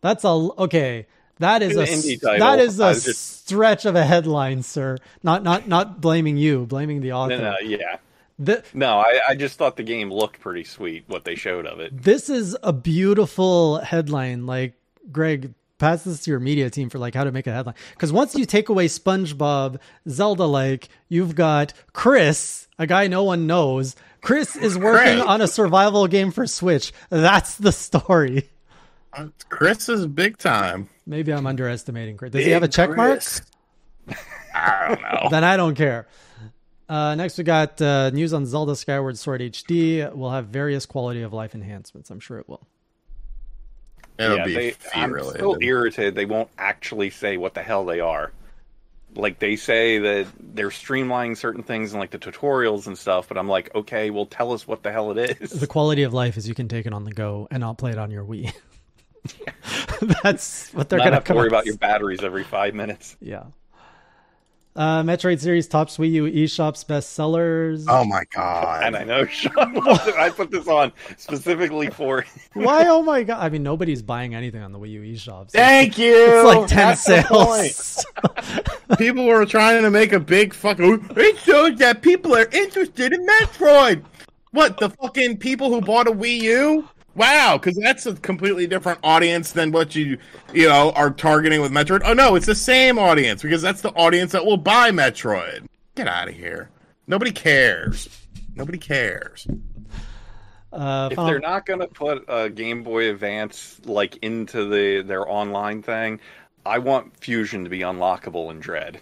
[SPEAKER 2] That's a okay. That is
[SPEAKER 3] An
[SPEAKER 2] a
[SPEAKER 3] indie title.
[SPEAKER 2] that is
[SPEAKER 3] I
[SPEAKER 2] a
[SPEAKER 3] was just-
[SPEAKER 2] stretch of a headline, sir. Not not not blaming you, blaming the author.
[SPEAKER 3] No, no, uh, yeah.
[SPEAKER 2] The-
[SPEAKER 3] No, I, I just thought the game looked pretty sweet. What they showed of it.
[SPEAKER 2] this is a beautiful headline. Like, Greg, pass this to your media team for like how to make a headline. Because once you take away SpongeBob, Zelda, like you've got Chris, a guy no one knows. Chris is working
[SPEAKER 4] Chris.
[SPEAKER 2] on a survival game for Switch. That's the story.
[SPEAKER 4] Uh, Chris is big time.
[SPEAKER 2] Maybe I'm underestimating Chris. Does he have a check mark?
[SPEAKER 4] I don't know.
[SPEAKER 2] Then I don't care. Uh, next, we got uh, news on Zelda Skyward Sword HD. We'll have various quality of life enhancements. I'm sure it will.
[SPEAKER 4] It'll
[SPEAKER 3] yeah,
[SPEAKER 4] be
[SPEAKER 3] they,
[SPEAKER 4] fee
[SPEAKER 3] I'm so
[SPEAKER 4] related.
[SPEAKER 3] irritated they won't actually say what the hell they are. Like they say that they're streamlining certain things and like the tutorials and stuff, but I'm like, okay, well, tell us what the hell it is.
[SPEAKER 2] the quality of life is you can take it on the go and not play it on your Wii. That's what they're
[SPEAKER 3] Not
[SPEAKER 2] going
[SPEAKER 3] have to
[SPEAKER 2] come
[SPEAKER 3] worry
[SPEAKER 2] up
[SPEAKER 3] about
[SPEAKER 2] with.
[SPEAKER 3] your batteries every five minutes.
[SPEAKER 2] Yeah. Uh, Metroid series tops Wii U eShop's best sellers.
[SPEAKER 3] Uh,
[SPEAKER 4] Oh my
[SPEAKER 3] And
[SPEAKER 4] god.
[SPEAKER 3] I know Sean, loves it. I put this on specifically for
[SPEAKER 2] Why? Oh my god! I mean, nobody's buying anything on the Wii U eShop. So
[SPEAKER 4] Thank you.
[SPEAKER 2] it's like ten
[SPEAKER 4] That's the point.
[SPEAKER 2] sales.
[SPEAKER 4] People were trying to make a big fucking. It shows that people are interested in Metroid. What the fucking people who bought a Wii U? Wow, because that's a completely different audience than what you you know are targeting with Metroid. Oh no, it's the same audience because that's the audience that will buy Metroid. Get out of here. Nobody cares. Nobody cares.
[SPEAKER 2] uh,
[SPEAKER 3] if
[SPEAKER 2] Final-
[SPEAKER 3] they're not going to put a Game Boy Advance like into the their online thing, I want Fusion to be unlockable in Dread.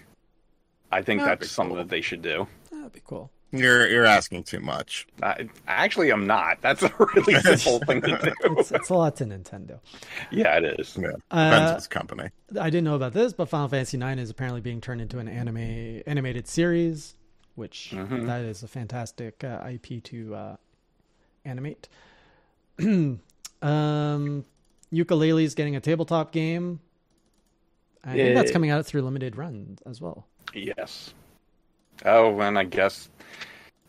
[SPEAKER 3] I think
[SPEAKER 4] That'd
[SPEAKER 3] that's
[SPEAKER 4] be
[SPEAKER 3] something that they should do.
[SPEAKER 2] That'd be cool.
[SPEAKER 4] You're you're asking too much.
[SPEAKER 3] I, actually, I'm not. That's a really simple thing to do.
[SPEAKER 2] It's, it's a lot to Nintendo.
[SPEAKER 3] Yeah, it is.
[SPEAKER 4] Yeah, depends on
[SPEAKER 2] Uh,
[SPEAKER 4] this company.
[SPEAKER 2] I didn't know about this, but Final Fantasy IX is apparently being turned into an anime animated series, which that is a fantastic uh, IP to uh, animate. um, ukulele's getting a tabletop game. I think that's
[SPEAKER 5] Yay.
[SPEAKER 2] coming out through limited run as well.
[SPEAKER 3] Yes. Oh, and I guess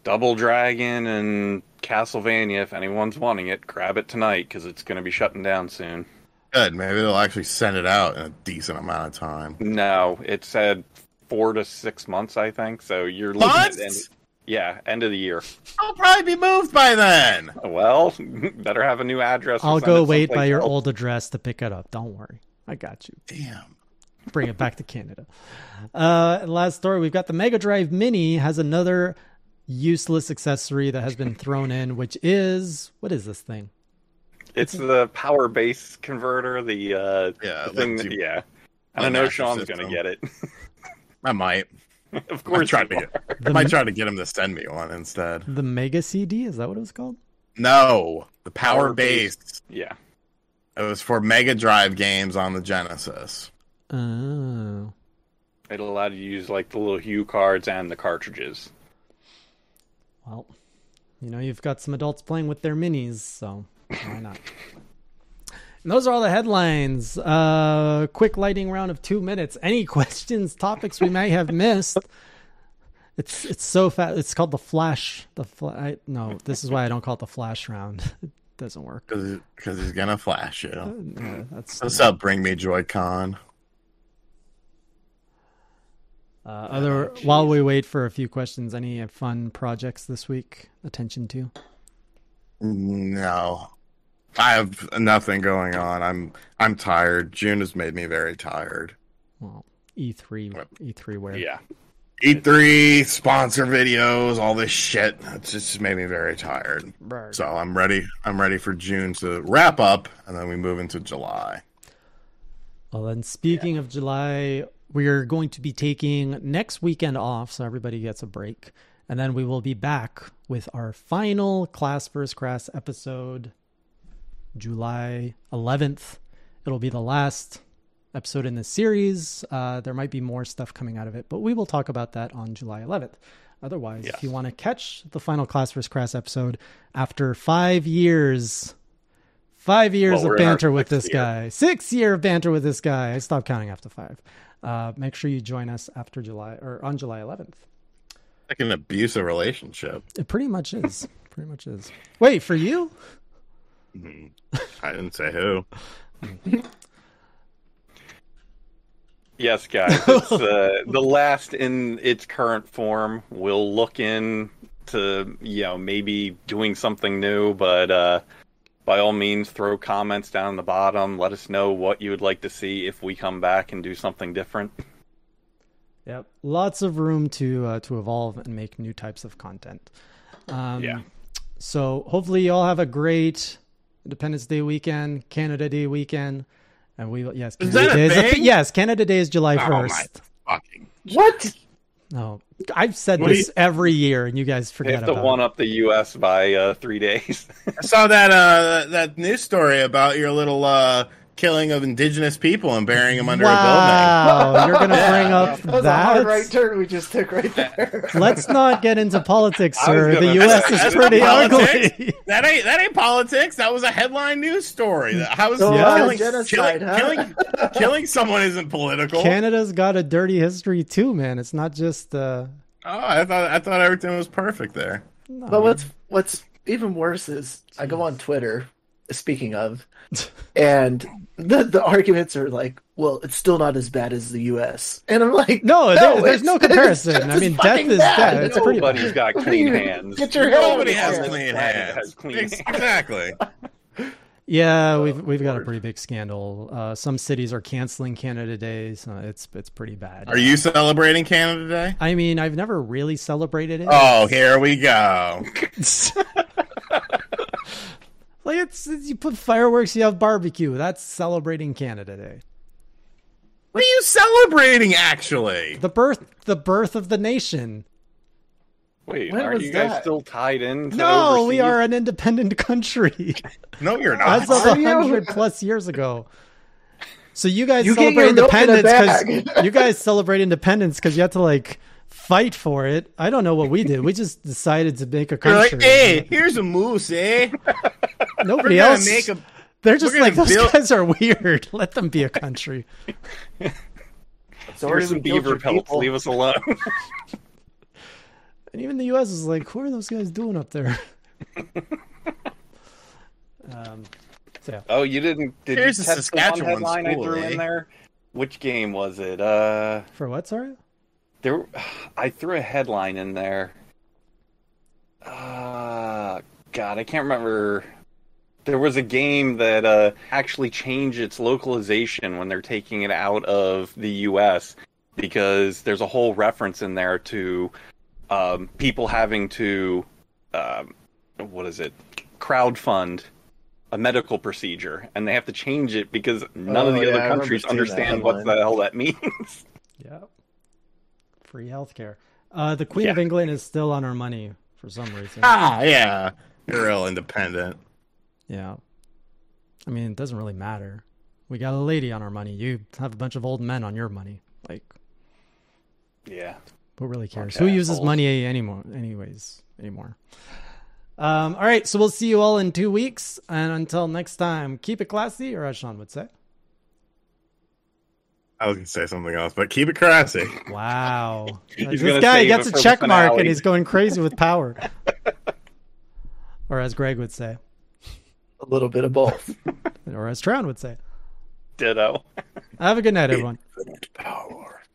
[SPEAKER 3] Double Dragon and Castlevania. If anyone's wanting it, grab it tonight because it's going to be shutting down soon.
[SPEAKER 4] Good. Maybe they'll actually send it out in a decent amount of time.
[SPEAKER 3] No, it said four to six months, I think. So you're looking at end,
[SPEAKER 4] Months?
[SPEAKER 3] yeah, end of the year.
[SPEAKER 4] I'll probably be moved by then.
[SPEAKER 3] Well, better have a new address. or
[SPEAKER 2] I'll
[SPEAKER 3] send
[SPEAKER 2] go
[SPEAKER 3] it
[SPEAKER 2] wait by
[SPEAKER 3] someplace
[SPEAKER 2] your
[SPEAKER 3] else.
[SPEAKER 2] old address to pick it up. Don't worry. I got you.
[SPEAKER 4] Damn.
[SPEAKER 2] bring it back to Canada. Uh, and last story we've got the Mega Drive Mini has another useless accessory that has been thrown in, which is what is this thing?
[SPEAKER 3] It's the power base converter. The uh,
[SPEAKER 4] Yeah,
[SPEAKER 3] the thing.
[SPEAKER 4] like
[SPEAKER 3] that,
[SPEAKER 4] you-
[SPEAKER 3] yeah,
[SPEAKER 4] like
[SPEAKER 3] I know
[SPEAKER 4] master
[SPEAKER 3] Sean's
[SPEAKER 4] system.
[SPEAKER 3] gonna get it.
[SPEAKER 4] I might.
[SPEAKER 3] of
[SPEAKER 4] I
[SPEAKER 3] course,
[SPEAKER 4] tried
[SPEAKER 3] you
[SPEAKER 4] to
[SPEAKER 3] are.
[SPEAKER 4] get. I might try to get him to send me one instead.
[SPEAKER 2] The Mega CD is that what it was called?
[SPEAKER 4] No, the power,
[SPEAKER 3] Power
[SPEAKER 4] base.
[SPEAKER 3] Yeah,
[SPEAKER 4] It was for Mega Drive games on the Genesis.
[SPEAKER 2] Oh,
[SPEAKER 3] it allowed you to use like the little Hue cards and the cartridges.
[SPEAKER 2] well, you know you've got some adults playing with their minis, so why not? And those are all the headlines. Uh, quick lightning round of two minutes. Any questions, topics we may have missed? It's it's so fast. It's called the flash. The fla- I, no, this is why I don't call it the flash round. It doesn't work.
[SPEAKER 4] Because he's going to flash you.
[SPEAKER 2] No, that's uh,
[SPEAKER 4] What's up, Bring Me Joy-Con?
[SPEAKER 2] other. While we wait for a few questions, any fun projects this week? Attention to.
[SPEAKER 4] No. I have nothing going on. I'm I'm tired. June has made me very tired.
[SPEAKER 2] Well, E three E three where
[SPEAKER 3] Yeah,
[SPEAKER 4] E3 E sponsor videos, all this shit. It's just made me very tired.
[SPEAKER 2] Brr.
[SPEAKER 4] So I'm ready. I'm ready for June to wrap up, and then we move into July.
[SPEAKER 2] Well, then speaking of July, We are going to be taking next weekend off, so everybody gets a break. And then we will be back with our final Class First Class episode July 11th. It'll be the last episode in this series. Uh, there might be more stuff coming out of it, but we will talk about that on July 11th. Otherwise, if you want to catch the final Class vs. Crass episode after five years, five years
[SPEAKER 3] Well, we're
[SPEAKER 2] of
[SPEAKER 3] in our
[SPEAKER 2] banter with this
[SPEAKER 3] sixth year.
[SPEAKER 2] guy, six year of banter with this guy, I stopped counting after five. Uh, make sure you join us after July or on July 11th.
[SPEAKER 4] Like an abusive relationship.
[SPEAKER 2] It pretty much is. pretty much is. Wait, for you?
[SPEAKER 4] I didn't say who.
[SPEAKER 3] Yes, guys. It's, uh, the last in its current form. We'll look in to you know maybe doing something new, but uh, by all means, throw comments down in the bottom. Let us know what you would like to see if we come back and do something different.
[SPEAKER 2] Yep. Lots of room to uh, to evolve and make new types of content. Um,
[SPEAKER 3] Yeah.
[SPEAKER 2] So hopefully you all have a great Independence Day weekend, Canada Day weekend, and we will- yes, Canada
[SPEAKER 4] that a
[SPEAKER 2] Day is
[SPEAKER 4] thing?
[SPEAKER 2] yes, Canada Day is July
[SPEAKER 4] Oh my
[SPEAKER 2] first.
[SPEAKER 4] fucking!
[SPEAKER 5] What?
[SPEAKER 2] No, I've said
[SPEAKER 4] What do
[SPEAKER 2] this
[SPEAKER 4] you-
[SPEAKER 2] every year, and you guys
[SPEAKER 3] They
[SPEAKER 2] forget
[SPEAKER 3] have to
[SPEAKER 2] about
[SPEAKER 3] one
[SPEAKER 2] it.
[SPEAKER 3] up the U.S. by uh, three days.
[SPEAKER 4] I saw that uh that news story about your little uh killing of indigenous people and burying them under a
[SPEAKER 2] Wow, you're gonna bring up
[SPEAKER 5] That was a hard right turn we just took right there.
[SPEAKER 2] Let's not get into politics,
[SPEAKER 3] I was
[SPEAKER 2] sir. The
[SPEAKER 3] gonna
[SPEAKER 2] U.S.
[SPEAKER 3] say-
[SPEAKER 2] is
[SPEAKER 4] That's
[SPEAKER 2] pretty
[SPEAKER 4] not
[SPEAKER 2] ugly.
[SPEAKER 4] building. That ain't that ain't politics. That was a headline news story. How is
[SPEAKER 5] So
[SPEAKER 2] it was
[SPEAKER 4] killing,
[SPEAKER 5] genocide,
[SPEAKER 4] killing,
[SPEAKER 5] huh?
[SPEAKER 4] killing killing someone isn't political?
[SPEAKER 2] Canada's got a dirty history too, man. It's not just uh,
[SPEAKER 4] Oh, I thought I thought everything was perfect there.
[SPEAKER 2] no.
[SPEAKER 5] But what's what's even worse is I go on Twitter, speaking of, and the the arguments are like, well, it's still not as bad as the U.S. And I'm like,
[SPEAKER 2] No, there- there's
[SPEAKER 5] it's-
[SPEAKER 2] no
[SPEAKER 5] it's
[SPEAKER 2] comparison.
[SPEAKER 5] just
[SPEAKER 2] I
[SPEAKER 5] as
[SPEAKER 2] mean, death
[SPEAKER 5] fucking
[SPEAKER 2] is
[SPEAKER 5] bad.
[SPEAKER 2] death. It's pretty
[SPEAKER 3] Nobody's got clean hands.
[SPEAKER 5] Get your head out
[SPEAKER 4] Nobody
[SPEAKER 5] of
[SPEAKER 4] has
[SPEAKER 5] here.
[SPEAKER 4] clean
[SPEAKER 3] Planet
[SPEAKER 4] hands.
[SPEAKER 3] has clean hands.
[SPEAKER 4] exactly.
[SPEAKER 2] Yeah, we've we've got a pretty big scandal. Uh, some cities are canceling Canada Day. So it's it's pretty bad.
[SPEAKER 4] Are you celebrating Canada Day?
[SPEAKER 2] I mean, I've never really celebrated it.
[SPEAKER 4] Oh, here we go.
[SPEAKER 2] like it's, it's you put fireworks, you have barbecue. That's celebrating Canada Day.
[SPEAKER 4] What are you celebrating actually?
[SPEAKER 2] The birth the birth of the nation.
[SPEAKER 3] Wait,
[SPEAKER 5] When
[SPEAKER 3] aren't
[SPEAKER 5] was
[SPEAKER 3] you guys
[SPEAKER 5] that?
[SPEAKER 3] still tied in? to
[SPEAKER 2] No, we
[SPEAKER 3] overseas?
[SPEAKER 2] are an independent country.
[SPEAKER 4] No, you're
[SPEAKER 2] As
[SPEAKER 4] not.
[SPEAKER 2] of
[SPEAKER 5] Are you?
[SPEAKER 2] hundred plus years ago. So you guys
[SPEAKER 5] You get
[SPEAKER 2] celebrate
[SPEAKER 5] your milk in a
[SPEAKER 2] independence because you guys celebrate independence because you have to like fight for it. I don't know what we did. We just decided to make a
[SPEAKER 4] You're like,
[SPEAKER 2] country.
[SPEAKER 4] hey, here's a moose, eh?
[SPEAKER 2] Nobody
[SPEAKER 4] We're gonna
[SPEAKER 2] else.
[SPEAKER 4] make a
[SPEAKER 2] They're just
[SPEAKER 4] we're gonna
[SPEAKER 2] like those
[SPEAKER 4] build-
[SPEAKER 2] guys are weird. Let them be a country.
[SPEAKER 5] So
[SPEAKER 3] Here's
[SPEAKER 5] already
[SPEAKER 3] some
[SPEAKER 5] we killed
[SPEAKER 3] beaver
[SPEAKER 5] your
[SPEAKER 3] pelts.
[SPEAKER 5] people.
[SPEAKER 3] Leave us alone.
[SPEAKER 2] And even the U.S. is like, who are those guys doing up there? um, so yeah.
[SPEAKER 3] Oh, you didn't. Did
[SPEAKER 4] Here's
[SPEAKER 3] you
[SPEAKER 4] a
[SPEAKER 3] catch the
[SPEAKER 4] Saskatchewan
[SPEAKER 3] one headline
[SPEAKER 4] school,
[SPEAKER 3] I threw
[SPEAKER 4] eh?
[SPEAKER 3] in there? Which game was it? Uh,
[SPEAKER 2] For what? Sorry.
[SPEAKER 3] there, I threw a headline in there. Uh, God, I can't remember. There was a game that uh, actually changed its localization when they're taking it out of the U.S. because there's a whole reference in there to um, people having to, um, what is it, crowdfund a medical procedure, and they have to change it because none of
[SPEAKER 5] Oh,
[SPEAKER 3] the
[SPEAKER 5] yeah, I
[SPEAKER 3] other
[SPEAKER 5] remember
[SPEAKER 3] countries
[SPEAKER 5] seeing that
[SPEAKER 3] understand what the
[SPEAKER 5] headline.
[SPEAKER 3] hell that means.
[SPEAKER 2] Yeah. Free healthcare. Uh, the Queen of
[SPEAKER 3] Yeah.
[SPEAKER 2] England is still on our money for some reason.
[SPEAKER 4] Ah, yeah. You're real independent.
[SPEAKER 2] Yeah. I mean, it doesn't really matter. We got a lady on our money. You have a bunch of old men on your money. Like,
[SPEAKER 3] yeah.
[SPEAKER 2] who really cares?
[SPEAKER 3] Okay,
[SPEAKER 2] Who uses
[SPEAKER 3] old.
[SPEAKER 2] money anymore? Anyways, anymore. Um, all right, so we'll see you all in two weeks. And until next time, keep it classy, or as Sean would say.
[SPEAKER 4] I was gonna say something else, but keep it classy.
[SPEAKER 2] Wow.
[SPEAKER 3] He's
[SPEAKER 2] this
[SPEAKER 3] gonna
[SPEAKER 2] guy
[SPEAKER 3] save
[SPEAKER 2] gets
[SPEAKER 3] it
[SPEAKER 2] a
[SPEAKER 3] for the
[SPEAKER 2] check mark and
[SPEAKER 3] finale.
[SPEAKER 2] he's going crazy with power. or as Greg would say,
[SPEAKER 5] A little bit of both.
[SPEAKER 2] or as Tron would say.
[SPEAKER 3] Ditto.
[SPEAKER 2] Have a good night, everyone.
[SPEAKER 4] Bye.